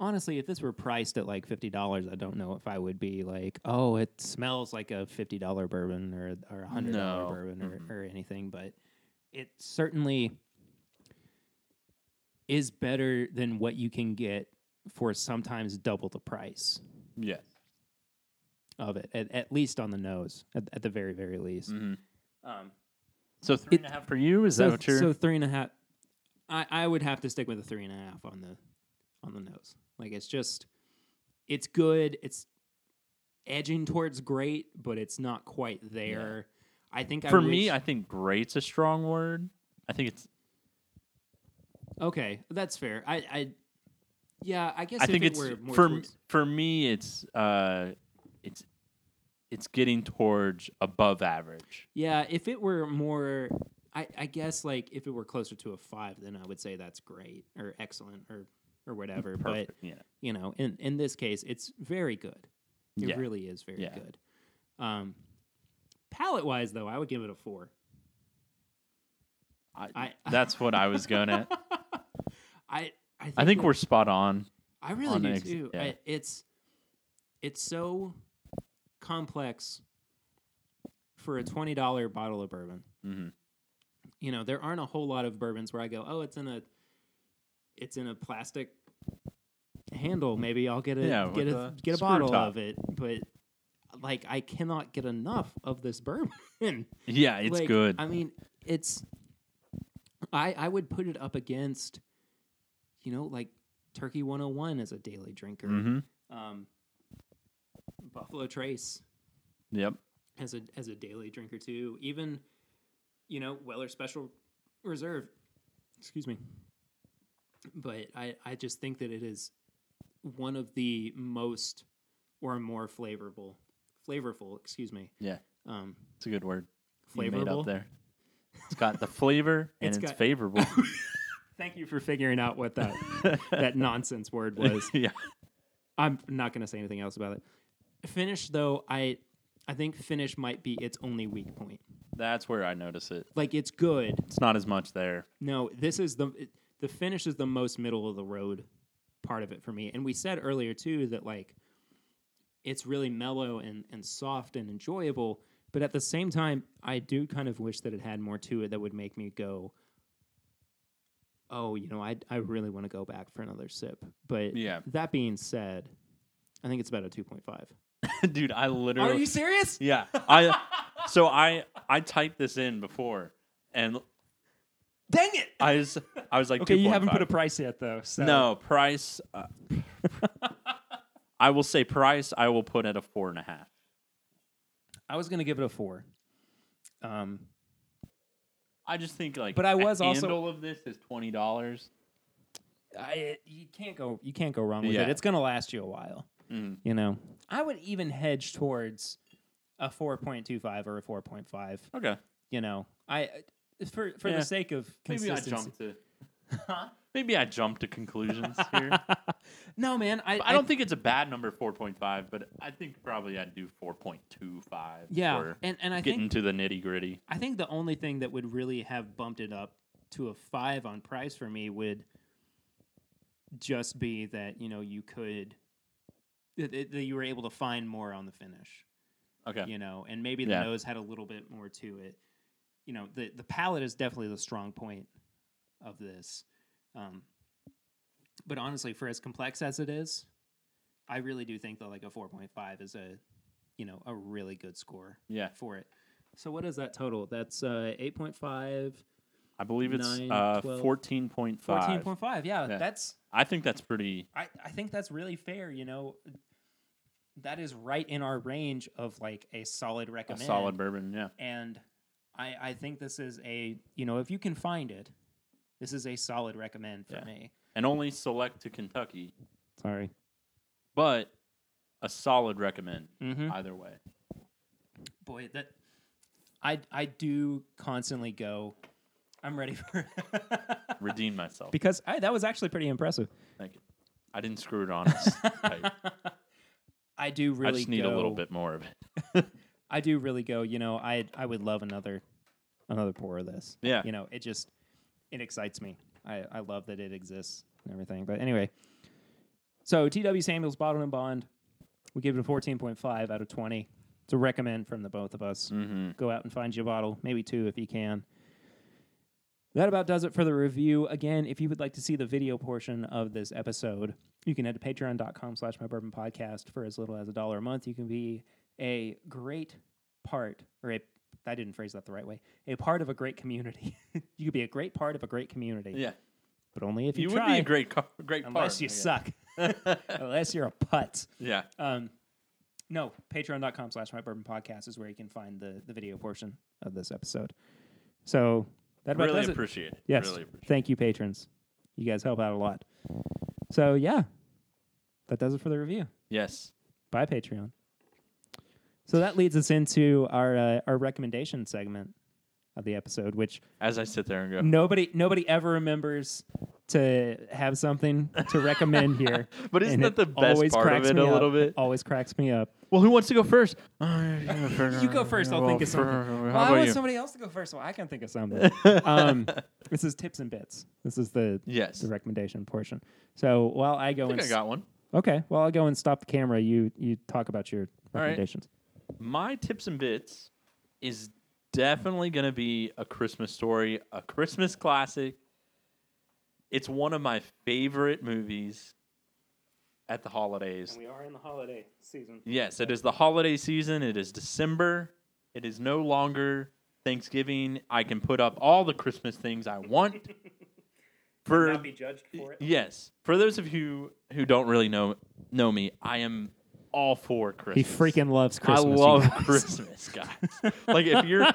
Speaker 1: honestly, if this were priced at like fifty dollars, I don't know if I would be like, oh, it smells like a fifty dollar bourbon or or a hundred dollar
Speaker 2: No.
Speaker 1: bourbon or, or anything, but it certainly is better than what you can get for sometimes double the price
Speaker 2: yes,
Speaker 1: of it, at, at least on the nose, at, at the very very least.
Speaker 2: Mhm.
Speaker 1: Um,
Speaker 2: so three and a half for you is
Speaker 1: so,
Speaker 2: that what you're?
Speaker 1: so three and a half. I, I would have to stick with a three and a half on the on the nose. Like it's just it's good. It's edging towards great, but it's not quite there. I think
Speaker 2: for
Speaker 1: I
Speaker 2: me,
Speaker 1: wish-
Speaker 2: I think great's a strong word. I think it's.
Speaker 1: okay, that's fair. I, I yeah, I guess
Speaker 2: I
Speaker 1: if
Speaker 2: think
Speaker 1: it
Speaker 2: it's
Speaker 1: were more
Speaker 2: for
Speaker 1: towards-
Speaker 2: for me. It's uh, it's it's getting towards above average.
Speaker 1: yeah, if it were more. I, I guess like if it were closer to a five, then I would say that's great or excellent or or whatever. But
Speaker 2: Perfect. yeah.
Speaker 1: you know, in, in this case, it's very good. It
Speaker 2: Yeah.
Speaker 1: really is very
Speaker 2: Yeah.
Speaker 1: good. Um, palette wise, though, I would give it a four.
Speaker 2: I,
Speaker 1: I-
Speaker 2: that's what I was going at.
Speaker 1: I I think,
Speaker 2: Uh, I think
Speaker 1: it-
Speaker 2: we're spot on.
Speaker 1: I really
Speaker 2: on
Speaker 1: do
Speaker 2: an ex-
Speaker 1: too.
Speaker 2: yeah.
Speaker 1: I, it's it's so complex for a twenty dollar bottle of bourbon.
Speaker 2: Mhm.
Speaker 1: you know, there aren't a whole lot of bourbons where I go, oh, it's in a, it's in a plastic handle. Maybe I'll get a
Speaker 2: Yeah,
Speaker 1: get
Speaker 2: with
Speaker 1: a
Speaker 2: the
Speaker 1: get a
Speaker 2: screw
Speaker 1: bottle
Speaker 2: top.
Speaker 1: of it. But like, I cannot get enough of this bourbon.
Speaker 2: Yeah, it's
Speaker 1: Like,
Speaker 2: good.
Speaker 1: I mean, it's. I I would put it up against, you know, like Turkey 101 as a daily drinker.
Speaker 2: hmm
Speaker 1: Um, Buffalo Trace
Speaker 2: Yep.
Speaker 1: as a as a daily drinker too. Even, you know, Weller Special Reserve. Excuse me. But I I just think that it is one of the most or more flavorful flavorful. Excuse me.
Speaker 2: Yeah,
Speaker 1: Um,
Speaker 2: it's a good word. You made
Speaker 1: flavorful.
Speaker 2: up there. It's got the flavor and
Speaker 1: It's
Speaker 2: it's,
Speaker 1: got-
Speaker 2: favorable.
Speaker 1: Thank you for figuring out what that that nonsense word was.
Speaker 2: yeah.
Speaker 1: I'm not going to say anything else about it. Finish though, I I think finish might be its only weak point.
Speaker 2: That's where I notice it.
Speaker 1: Like it's good.
Speaker 2: It's not as much there.
Speaker 1: No, this is the it, the finish is the most middle of the road part of it for me. And we said earlier too that like it's really mellow and and soft and enjoyable, but at the same time, I do kind of wish that it had more to it that would make me go oh, you know, I I really want to go back for another sip. But
Speaker 2: Yeah.
Speaker 1: that being said, I think it's about a 2.5.
Speaker 2: Dude, I literally
Speaker 1: serious?
Speaker 2: Yeah. I so I I typed this in before and
Speaker 1: Dang it.
Speaker 2: I was I was like
Speaker 1: Okay, you haven't
Speaker 2: 2.5.
Speaker 1: put a price yet though. So
Speaker 2: No, price uh, I will say price I will put at a four and a half.
Speaker 1: I was going to give it a 4. Um
Speaker 2: I just think like
Speaker 1: But I
Speaker 2: a
Speaker 1: was also-
Speaker 2: handle of this is twenty dollars.
Speaker 1: I, you can't go you can't go wrong with
Speaker 2: Yeah.
Speaker 1: it. It's going to last you a while.
Speaker 2: Mm.
Speaker 1: You know, I would even hedge towards a four point two five or a four point five.
Speaker 2: Okay.
Speaker 1: You know, I for for
Speaker 2: Yeah.
Speaker 1: the sake of
Speaker 2: Maybe I
Speaker 1: consistency.
Speaker 2: jumped to Maybe I jumped to conclusions here.
Speaker 1: no, man, I,
Speaker 2: I don't think it's a bad number, four point five, but I think probably I'd do four point two five.
Speaker 1: Yeah, and and I
Speaker 2: getting
Speaker 1: think
Speaker 2: to the nitty gritty.
Speaker 1: I think the only thing that would really have bumped it up to a five on price for me would just be that you know you could that, that you were able to find more on the finish.
Speaker 2: Okay.
Speaker 1: you know, and maybe the
Speaker 2: Yeah.
Speaker 1: nose had a little bit more to it. You know, the the palate is definitely the strong point of this. Um, but honestly, for as complex as it is, I really do think that like a four point five is a, you know, a really good score
Speaker 2: Yeah.
Speaker 1: for it. So what is that total? That's uh, 8.5,
Speaker 2: I believe it's
Speaker 1: Nine,
Speaker 2: uh,
Speaker 1: 12,
Speaker 2: 14.5.
Speaker 1: 14.5. Yeah,
Speaker 2: Yeah.
Speaker 1: that's
Speaker 2: I think that's pretty.
Speaker 1: I, I think that's really fair. You know, that is right in our range of like a solid
Speaker 2: A
Speaker 1: recommend.
Speaker 2: solid bourbon, yeah.
Speaker 1: and I, I think this is a you know if you can find it, this is a solid recommend for
Speaker 2: Yeah.
Speaker 1: me.
Speaker 2: And only select to Kentucky,
Speaker 1: Sorry.
Speaker 2: but a solid recommend
Speaker 1: Mm-hmm.
Speaker 2: either way.
Speaker 1: Boy, that I I do constantly go. I'm ready for
Speaker 2: Redeem myself.
Speaker 1: because I, that was actually pretty impressive.
Speaker 2: Thank you. I didn't screw it on. us. Like,
Speaker 1: I do
Speaker 2: I
Speaker 1: really.
Speaker 2: just need a
Speaker 1: go-
Speaker 2: little bit more of it.
Speaker 1: I do really go. You know, I I would love another another pour of this.
Speaker 2: Yeah.
Speaker 1: You know, it just it excites me. I I love that it exists and everything. But anyway, so T.W. Samuels Bottle and Bond, we give it a fourteen point five out of twenty. It's a recommend from the both of us.
Speaker 2: Mm-hmm.
Speaker 1: Go out and find you a bottle, maybe two if you can. That about does it for the review. Again, if you would like to see the video portion of this episode, you can head to patreon.com slash my bourbon podcast for as little as a dollar a month. You can be a great part, or a, I didn't phrase that the right way, a part of a great community. you could be a great part of a great community,
Speaker 2: Yeah.
Speaker 1: but only if you,
Speaker 2: You would
Speaker 1: try,
Speaker 2: be a great, car- great
Speaker 1: unless
Speaker 2: part,
Speaker 1: you
Speaker 2: I guess.
Speaker 1: suck, unless you're a putz.
Speaker 2: yeah.
Speaker 1: Um, no, patreon.com slash my bourbon podcast is where you can find the, the video portion of this episode. So that about
Speaker 2: Really
Speaker 1: does it.
Speaker 2: appreciate it.
Speaker 1: Yes.
Speaker 2: Really appreciate
Speaker 1: Thank you, patrons. You guys help out a lot. So yeah, that does it for the review.
Speaker 2: it. Yes.
Speaker 1: Bye, Patreon. So that leads us into our uh, our recommendation segment of the episode, which
Speaker 2: As I sit there and go,
Speaker 1: nobody nobody ever remembers to have something to recommend here.
Speaker 2: But isn't
Speaker 1: and
Speaker 2: that
Speaker 1: it
Speaker 2: the best
Speaker 1: always
Speaker 2: part of
Speaker 1: cracks
Speaker 2: it
Speaker 1: me
Speaker 2: a little
Speaker 1: up. Oh.
Speaker 2: bit?
Speaker 1: Always cracks me up.
Speaker 2: Well, who wants to go first?
Speaker 1: You
Speaker 2: you
Speaker 1: go first. I'll think of something. Well, I want somebody else to go first, so I can think of something. um, this is tips and bits. This is the
Speaker 2: Yes.
Speaker 1: the recommendation portion. So while I go
Speaker 2: I
Speaker 1: and
Speaker 2: think I
Speaker 1: s-
Speaker 2: got one.
Speaker 1: okay, while I go and stop the camera, you you talk about your
Speaker 2: All right.
Speaker 1: recommendations.
Speaker 2: My tips and bits is definitely going to be a Christmas story, a Christmas classic. It's one of my favorite movies at the holidays.
Speaker 1: we are in the holiday season.
Speaker 2: Yes, it is the holiday season. It is December. It is no longer Thanksgiving. I can put up all the Christmas things I want. For
Speaker 1: be judged for
Speaker 2: yes, for those of you who don't really know know me, I am all for
Speaker 3: He
Speaker 2: Christmas.
Speaker 3: freaking loves Christmas. you
Speaker 2: I love
Speaker 3: guys.
Speaker 2: Christmas, guys. like if you're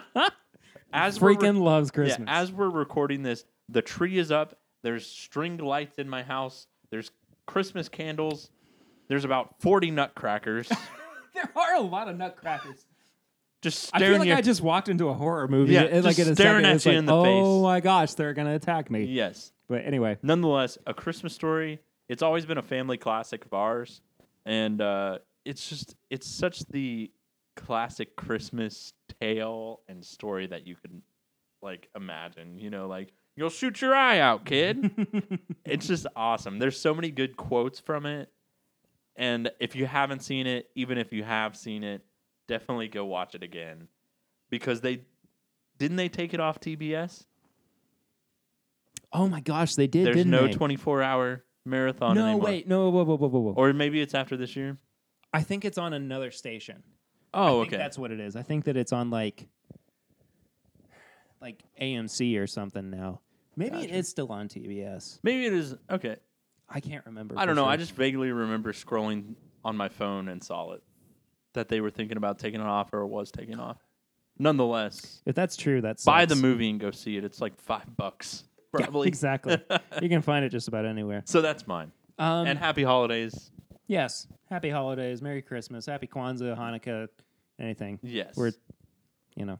Speaker 2: as we're
Speaker 3: freaking loves
Speaker 2: yeah,
Speaker 3: Christmas.
Speaker 2: as we're recording this, the tree is up. There's string lights in my house. There's Christmas candles. There's about 40 nutcrackers
Speaker 1: There are a lot of nutcrackers.
Speaker 2: just
Speaker 3: I feel
Speaker 2: staring
Speaker 3: like
Speaker 2: at
Speaker 3: I just walked into a horror movie.
Speaker 2: Yeah,
Speaker 3: and, like
Speaker 2: just
Speaker 3: in a
Speaker 2: staring
Speaker 3: second,
Speaker 2: at
Speaker 3: it's
Speaker 2: you
Speaker 3: like,
Speaker 2: in the
Speaker 3: oh
Speaker 2: face."
Speaker 3: my gosh, they're gonna attack me.
Speaker 2: Yes.
Speaker 3: But anyway,
Speaker 2: Nonetheless, a Christmas story. It's always been a family classic of ours, and uh, it's just it's such the classic Christmas tale and story that you can like imagine. You know, like you'll shoot your eye out, kid. it's just awesome. There's so many good quotes from it, and if you haven't seen it, even if you have seen it, definitely go watch it again because they didn't they take it off TBS.
Speaker 3: oh my gosh, they did.
Speaker 2: There's
Speaker 3: didn't
Speaker 2: no
Speaker 3: they?
Speaker 2: 24 hour marathon
Speaker 1: No,
Speaker 2: anymore.
Speaker 1: wait, no, whoa, whoa, whoa, whoa, whoa.
Speaker 2: Or maybe it's after this year.
Speaker 1: I think it's on another station.
Speaker 2: Oh,
Speaker 1: I think that's what it is. I think that it's on like like AMC or something now. Maybe it is still on TBS.
Speaker 2: maybe it is. Okay.
Speaker 1: I can't remember.
Speaker 2: I
Speaker 1: for
Speaker 2: don't know.
Speaker 1: sure.
Speaker 2: I just vaguely remember scrolling on my phone and saw it that they were thinking about taking it off or it was taking off. Nonetheless,
Speaker 1: if that's true, that's
Speaker 2: buy the movie and go see it. It's like five bucks, probably.
Speaker 1: exactly. you can find it just about anywhere.
Speaker 2: So that's mine.
Speaker 1: Um,
Speaker 2: and happy holidays.
Speaker 1: yes. Happy holidays, Merry Christmas, Happy Kwanzaa, Hanukkah, anything.
Speaker 2: Yes.
Speaker 1: We're, you know,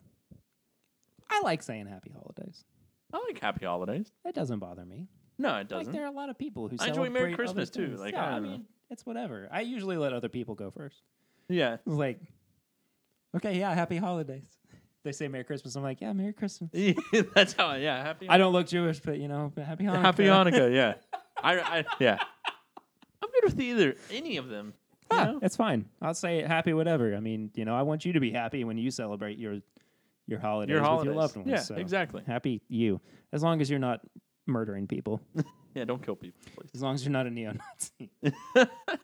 Speaker 1: I like saying Happy holidays.
Speaker 2: I like happy holidays.
Speaker 1: It doesn't bother me.
Speaker 2: No, it
Speaker 1: Like
Speaker 2: doesn't.
Speaker 1: there are a lot of people who
Speaker 2: I enjoy Merry
Speaker 1: celebrate other
Speaker 2: Christmas, too.
Speaker 1: things.
Speaker 2: Like,
Speaker 1: yeah,
Speaker 2: I
Speaker 1: I
Speaker 2: don't know.
Speaker 1: mean, it's whatever. I usually let other people go first.
Speaker 2: yeah.
Speaker 1: It's like, okay, yeah, happy holidays. They say Merry Christmas. I'm like, yeah, Merry Christmas.
Speaker 2: that's how, yeah. Happy
Speaker 1: I don't look Jewish, but you know, happy Hanukkah.
Speaker 2: Happy Hanukkah, yeah. I, I yeah. I'm good with either any of them. you
Speaker 1: Yeah,
Speaker 2: know?
Speaker 1: it's fine. I'll say it happy whatever. I mean, you know, I want you to be happy when you celebrate your your holidays,
Speaker 2: Your holidays.
Speaker 1: with your loved ones.
Speaker 2: Yeah,
Speaker 1: so
Speaker 2: exactly.
Speaker 1: Happy you, as long as you're not murdering people,
Speaker 2: Yeah, don't kill people, please.
Speaker 1: as long as you're not a neo-Nazi.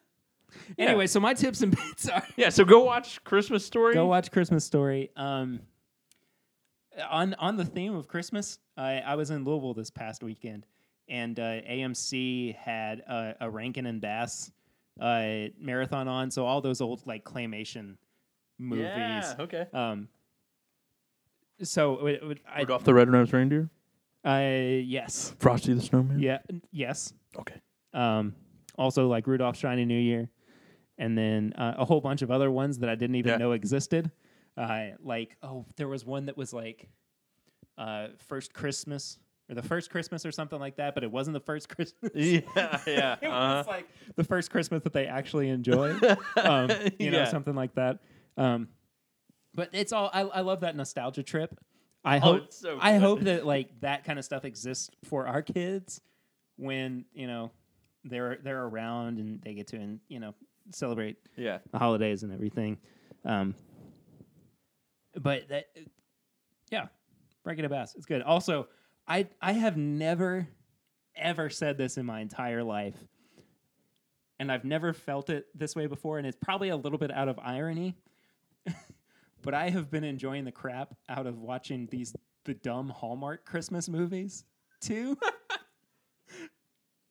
Speaker 1: Anyway, so my tips and bits are.
Speaker 2: Yeah, so go watch Christmas Story.
Speaker 1: Go watch Christmas Story. Um, on on the theme of Christmas, I, I was in Louisville this past weekend, and uh, AMC had uh, a Rankin and Bass uh, marathon on. So all those old like claymation movies.
Speaker 2: Yeah, okay.
Speaker 1: Um, so it, it, I,
Speaker 2: Rudolph the Red-Nosed Reindeer,
Speaker 1: I yes,
Speaker 2: Frosty the Snowman.
Speaker 1: yeah, yes.
Speaker 2: Okay.
Speaker 1: Um, also like Rudolph Shiny New Year, and then uh, a whole bunch of other ones that I didn't even
Speaker 2: Yeah.
Speaker 1: know existed. Uh, like oh, there was one that was like uh, first Christmas or the first Christmas or something like that, but it wasn't the first Christmas.
Speaker 2: Yeah, yeah.
Speaker 1: it
Speaker 2: uh-huh.
Speaker 1: was like the first Christmas that they actually enjoy, um, you know,
Speaker 2: Yeah.
Speaker 1: something like that. Um, but it's all I, I love that nostalgia trip. I
Speaker 2: Oh,
Speaker 1: hope
Speaker 2: it's so
Speaker 1: I
Speaker 2: good.
Speaker 1: hope that like that kind of stuff exists for our kids when you know they're they're around and they get to and you know celebrate
Speaker 2: Yeah.
Speaker 1: the holidays and everything. Um, but that, yeah, breaking a bass, it's good. Also, I I have never ever said this in my entire life, and I've never felt it this way before, and it's probably a little bit out of irony. but I have been enjoying the crap out of watching these the dumb Hallmark Christmas movies too.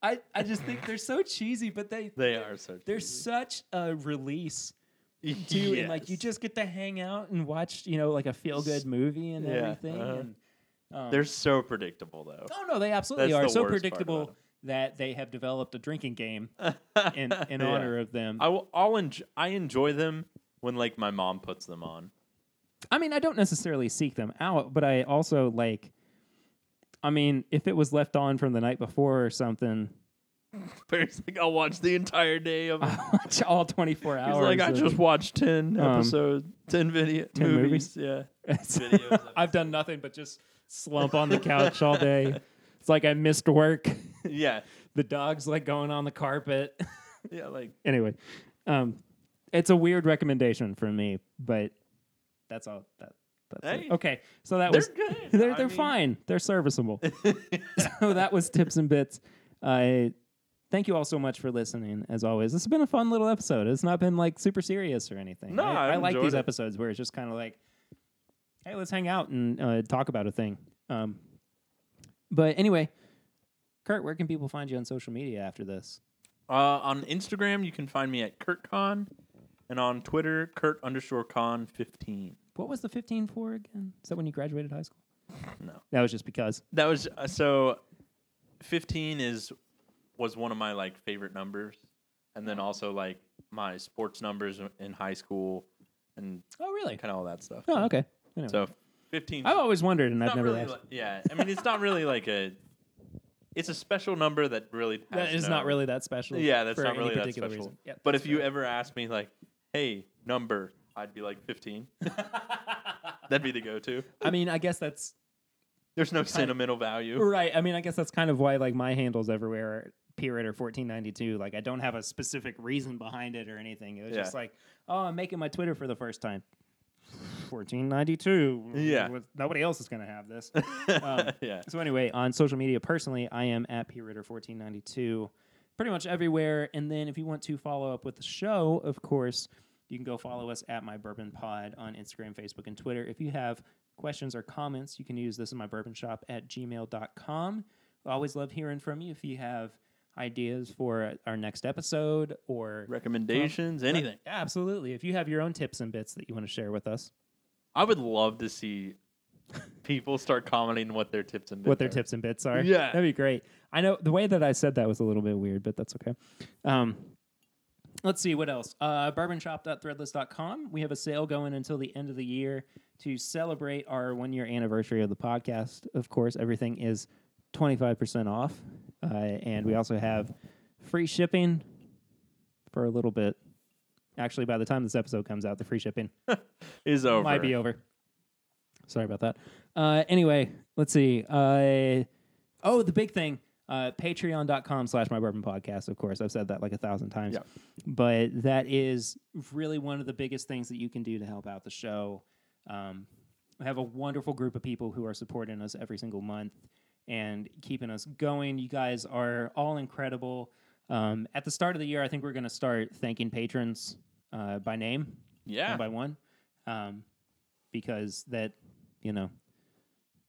Speaker 1: I, I just think they're so cheesy, but they
Speaker 2: They are so
Speaker 1: there's such a release too, and like you
Speaker 2: Yes.
Speaker 1: just get to hang out and watch, you know, like a feel good movie and
Speaker 2: Yeah,
Speaker 1: everything.
Speaker 2: uh-huh.
Speaker 1: And, um,
Speaker 2: They're so predictable though.
Speaker 1: oh no, they absolutely
Speaker 2: That's
Speaker 1: are
Speaker 2: the
Speaker 1: so
Speaker 2: worst part about
Speaker 1: predictable
Speaker 2: 'em.
Speaker 1: that they have developed a drinking game in in
Speaker 2: Yeah.
Speaker 1: honor of them.
Speaker 2: I will, I'll enjoy, I enjoy them when like my mom puts them on.
Speaker 1: I mean, I don't necessarily seek them out, but I also like. I mean, if it was left on from the night before or something,
Speaker 2: But it's like I'll watch the entire day of
Speaker 1: I watch all twenty four
Speaker 2: He's
Speaker 1: hours.
Speaker 2: like, I
Speaker 1: of-
Speaker 2: just watched ten
Speaker 1: um,
Speaker 2: episodes, ten video
Speaker 1: 10
Speaker 2: movies. Yeah, videos of-
Speaker 1: I've done nothing but just slump on the couch all day. It's like I missed work.
Speaker 2: yeah,
Speaker 1: the dog's like going on the carpet.
Speaker 2: yeah. Like
Speaker 1: anyway, um, it's a weird recommendation for me, but that's all that That's it.
Speaker 2: Hey.
Speaker 1: Okay, so that
Speaker 2: They're
Speaker 1: was
Speaker 2: good.
Speaker 1: They're
Speaker 2: I
Speaker 1: they're
Speaker 2: mean-
Speaker 1: fine. They're serviceable. so that was tips and bits. Uh, thank you all so much for listening. As always, this has been a fun little episode. It's not been like super serious or anything.
Speaker 2: No,
Speaker 1: I,
Speaker 2: I've
Speaker 1: I like
Speaker 2: enjoyed
Speaker 1: these
Speaker 2: it.
Speaker 1: episodes where it's just kind of like, hey, let's hang out and uh, talk about a thing. Um, but anyway, Kurt, where can people find you on social media after this?
Speaker 2: Uh, on Instagram, you can find me at KurtCon, and on Twitter, Kurt underscore con fifteen.
Speaker 1: What was the 15 for again? Is that when you graduated high school?
Speaker 2: No.
Speaker 1: That was just because.
Speaker 2: That was uh, so. Fifteen is was one of my like favorite numbers, and then also like my sports numbers in high school, and
Speaker 1: Oh, really?
Speaker 2: kind of all that stuff.
Speaker 1: Oh, okay. Anyway.
Speaker 2: So fifteen.
Speaker 1: I've always wondered, and I've
Speaker 2: not
Speaker 1: never
Speaker 2: really
Speaker 1: asked.
Speaker 2: like- yeah, I mean, it's not really like a. It's a special number that really.
Speaker 1: that is
Speaker 2: has no-
Speaker 1: not really that special.
Speaker 2: Yeah, that's
Speaker 1: for
Speaker 2: not
Speaker 1: any
Speaker 2: really that
Speaker 1: particular
Speaker 2: special.
Speaker 1: reason. Yep,
Speaker 2: but
Speaker 1: that's
Speaker 2: if you
Speaker 1: fair.
Speaker 2: ever asked me like, "Hey, number," I'd be like fifteen. That'd be the go-to.
Speaker 1: I mean, I guess that's
Speaker 2: There's no sentimental value.
Speaker 1: right. I mean, I guess that's kind of why like my handles everywhere are Pirator fourteen ninety two. Like I don't have a specific reason behind it or anything. It was
Speaker 2: Yeah.
Speaker 1: just like, oh, I'm making my Twitter for the first time. Fourteen ninety two.
Speaker 2: Yeah.
Speaker 1: nobody else is gonna have this. Um,
Speaker 2: yeah.
Speaker 1: So anyway, on social media personally, I am at pritter1492 pretty much everywhere. And then if you want to follow up with the show, of course, you can go follow us at My Bourbon Pod on Instagram, Facebook, and Twitter. If you have questions or comments, you can use this in my bourbon shop at gmail.com. Always love hearing from you if you have ideas for our next episode or
Speaker 2: Recommendations, anything.
Speaker 1: Yeah, absolutely. If you have your own tips and bits that you want to share with us,
Speaker 2: I would love to see people start commenting what their tips and bits
Speaker 1: what their
Speaker 2: are.
Speaker 1: tips and bits are.
Speaker 2: Yeah.
Speaker 1: that'd be great. I know the way that I said that was a little bit weird, but that's okay. Um, let's see what else. Uh, bourbonshop.threadless.com. We have a sale going until the end of the year to celebrate our one year anniversary of the podcast. Of course, everything is twenty five percent off, uh, and we also have free shipping for a little bit. Actually, by the time this episode comes out, the free shipping
Speaker 2: is over.
Speaker 1: might be over. Sorry about that. Uh, anyway, let's see. Uh, oh, the big thing. Uh, Patreon.com slash my bourbon podcast, of course. I've said that like a thousand times.
Speaker 2: Yeah.
Speaker 1: But that is really one of the biggest things that you can do to help out the show. Um, I have a wonderful group of people who are supporting us every single month and keeping us going. You guys are all incredible. Um, at the start of the year, I think we're going to start thanking patrons uh, by name
Speaker 2: Yeah.
Speaker 1: one by one, um, because that you know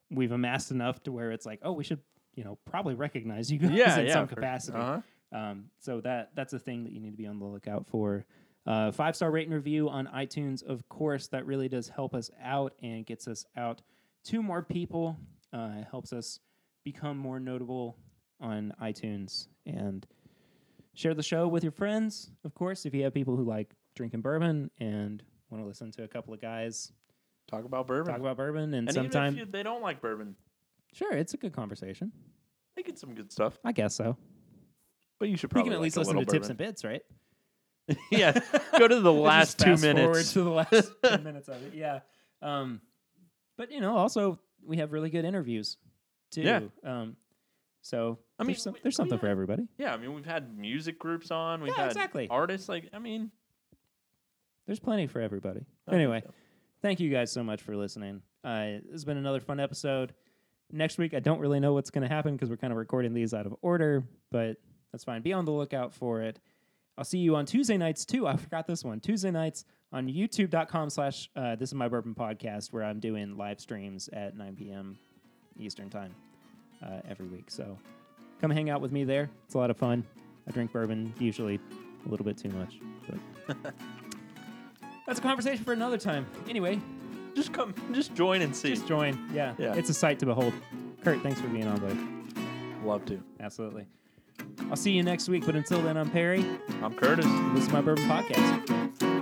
Speaker 1: we've amassed enough to where it's like, oh, we should you know probably recognize you guys
Speaker 2: Yeah,
Speaker 1: in
Speaker 2: yeah,
Speaker 1: some
Speaker 2: for-
Speaker 1: capacity.
Speaker 2: uh-huh.
Speaker 1: Um, so that that's a thing that you need to be on the lookout for. Uh, Five star rating review on iTunes, of course, that really does help us out and gets us out to more people. Uh, it helps us become more notable on iTunes and share the show with your friends, of course, if you have people who like drinking bourbon and want to listen to a couple of guys
Speaker 2: Talk about bourbon.
Speaker 1: talk about bourbon and,
Speaker 2: and
Speaker 1: sometime
Speaker 2: even if you, they don't like bourbon,
Speaker 1: sure it's a good conversation
Speaker 2: they get some good stuff.
Speaker 1: i guess so
Speaker 2: But you should
Speaker 1: you
Speaker 2: probably
Speaker 1: can at
Speaker 2: like
Speaker 1: least
Speaker 2: a
Speaker 1: listen to
Speaker 2: little
Speaker 1: tips and
Speaker 2: bourbon.
Speaker 1: bits right
Speaker 2: yeah. Go to the last two
Speaker 1: Just fast
Speaker 2: minutes.
Speaker 1: Forward to the last ten minutes of it. Yeah. Um, but you know, also we have really good interviews too.
Speaker 2: Yeah.
Speaker 1: Um, so
Speaker 2: I mean,
Speaker 1: there's, some,
Speaker 2: we-
Speaker 1: there's
Speaker 2: we
Speaker 1: something for
Speaker 2: had-
Speaker 1: everybody.
Speaker 2: Yeah, I mean, we've had music groups on. We've
Speaker 1: Yeah,
Speaker 2: had
Speaker 1: exactly.
Speaker 2: artists. Like, I mean,
Speaker 1: There's plenty for everybody.
Speaker 2: think
Speaker 1: anyway,
Speaker 2: so.
Speaker 1: thank you guys so much for listening. Uh, this has been another fun episode. Next week, I don't really know what's going to happen because we're kind of recording these out of order, but that's fine. Be on the lookout for it. I'll see you on Tuesday nights too. I forgot this one. Tuesday nights on youtube.com slash uh, this is my bourbon podcast where I'm doing live streams at 9 p.m. Eastern time uh, every week. So come hang out with me there. It's a lot of fun. I drink bourbon usually a little bit too much, but that's a conversation for another time. Anyway,
Speaker 2: just come, just join and see.
Speaker 1: just join. Yeah.
Speaker 2: Yeah.
Speaker 1: It's a sight to behold. Kurt, thanks for being on, buddy.
Speaker 2: Love to.
Speaker 1: Absolutely. I'll see you next week, but until then, I'm Perry.
Speaker 2: I'm Curtis.
Speaker 1: This is my bourbon podcast.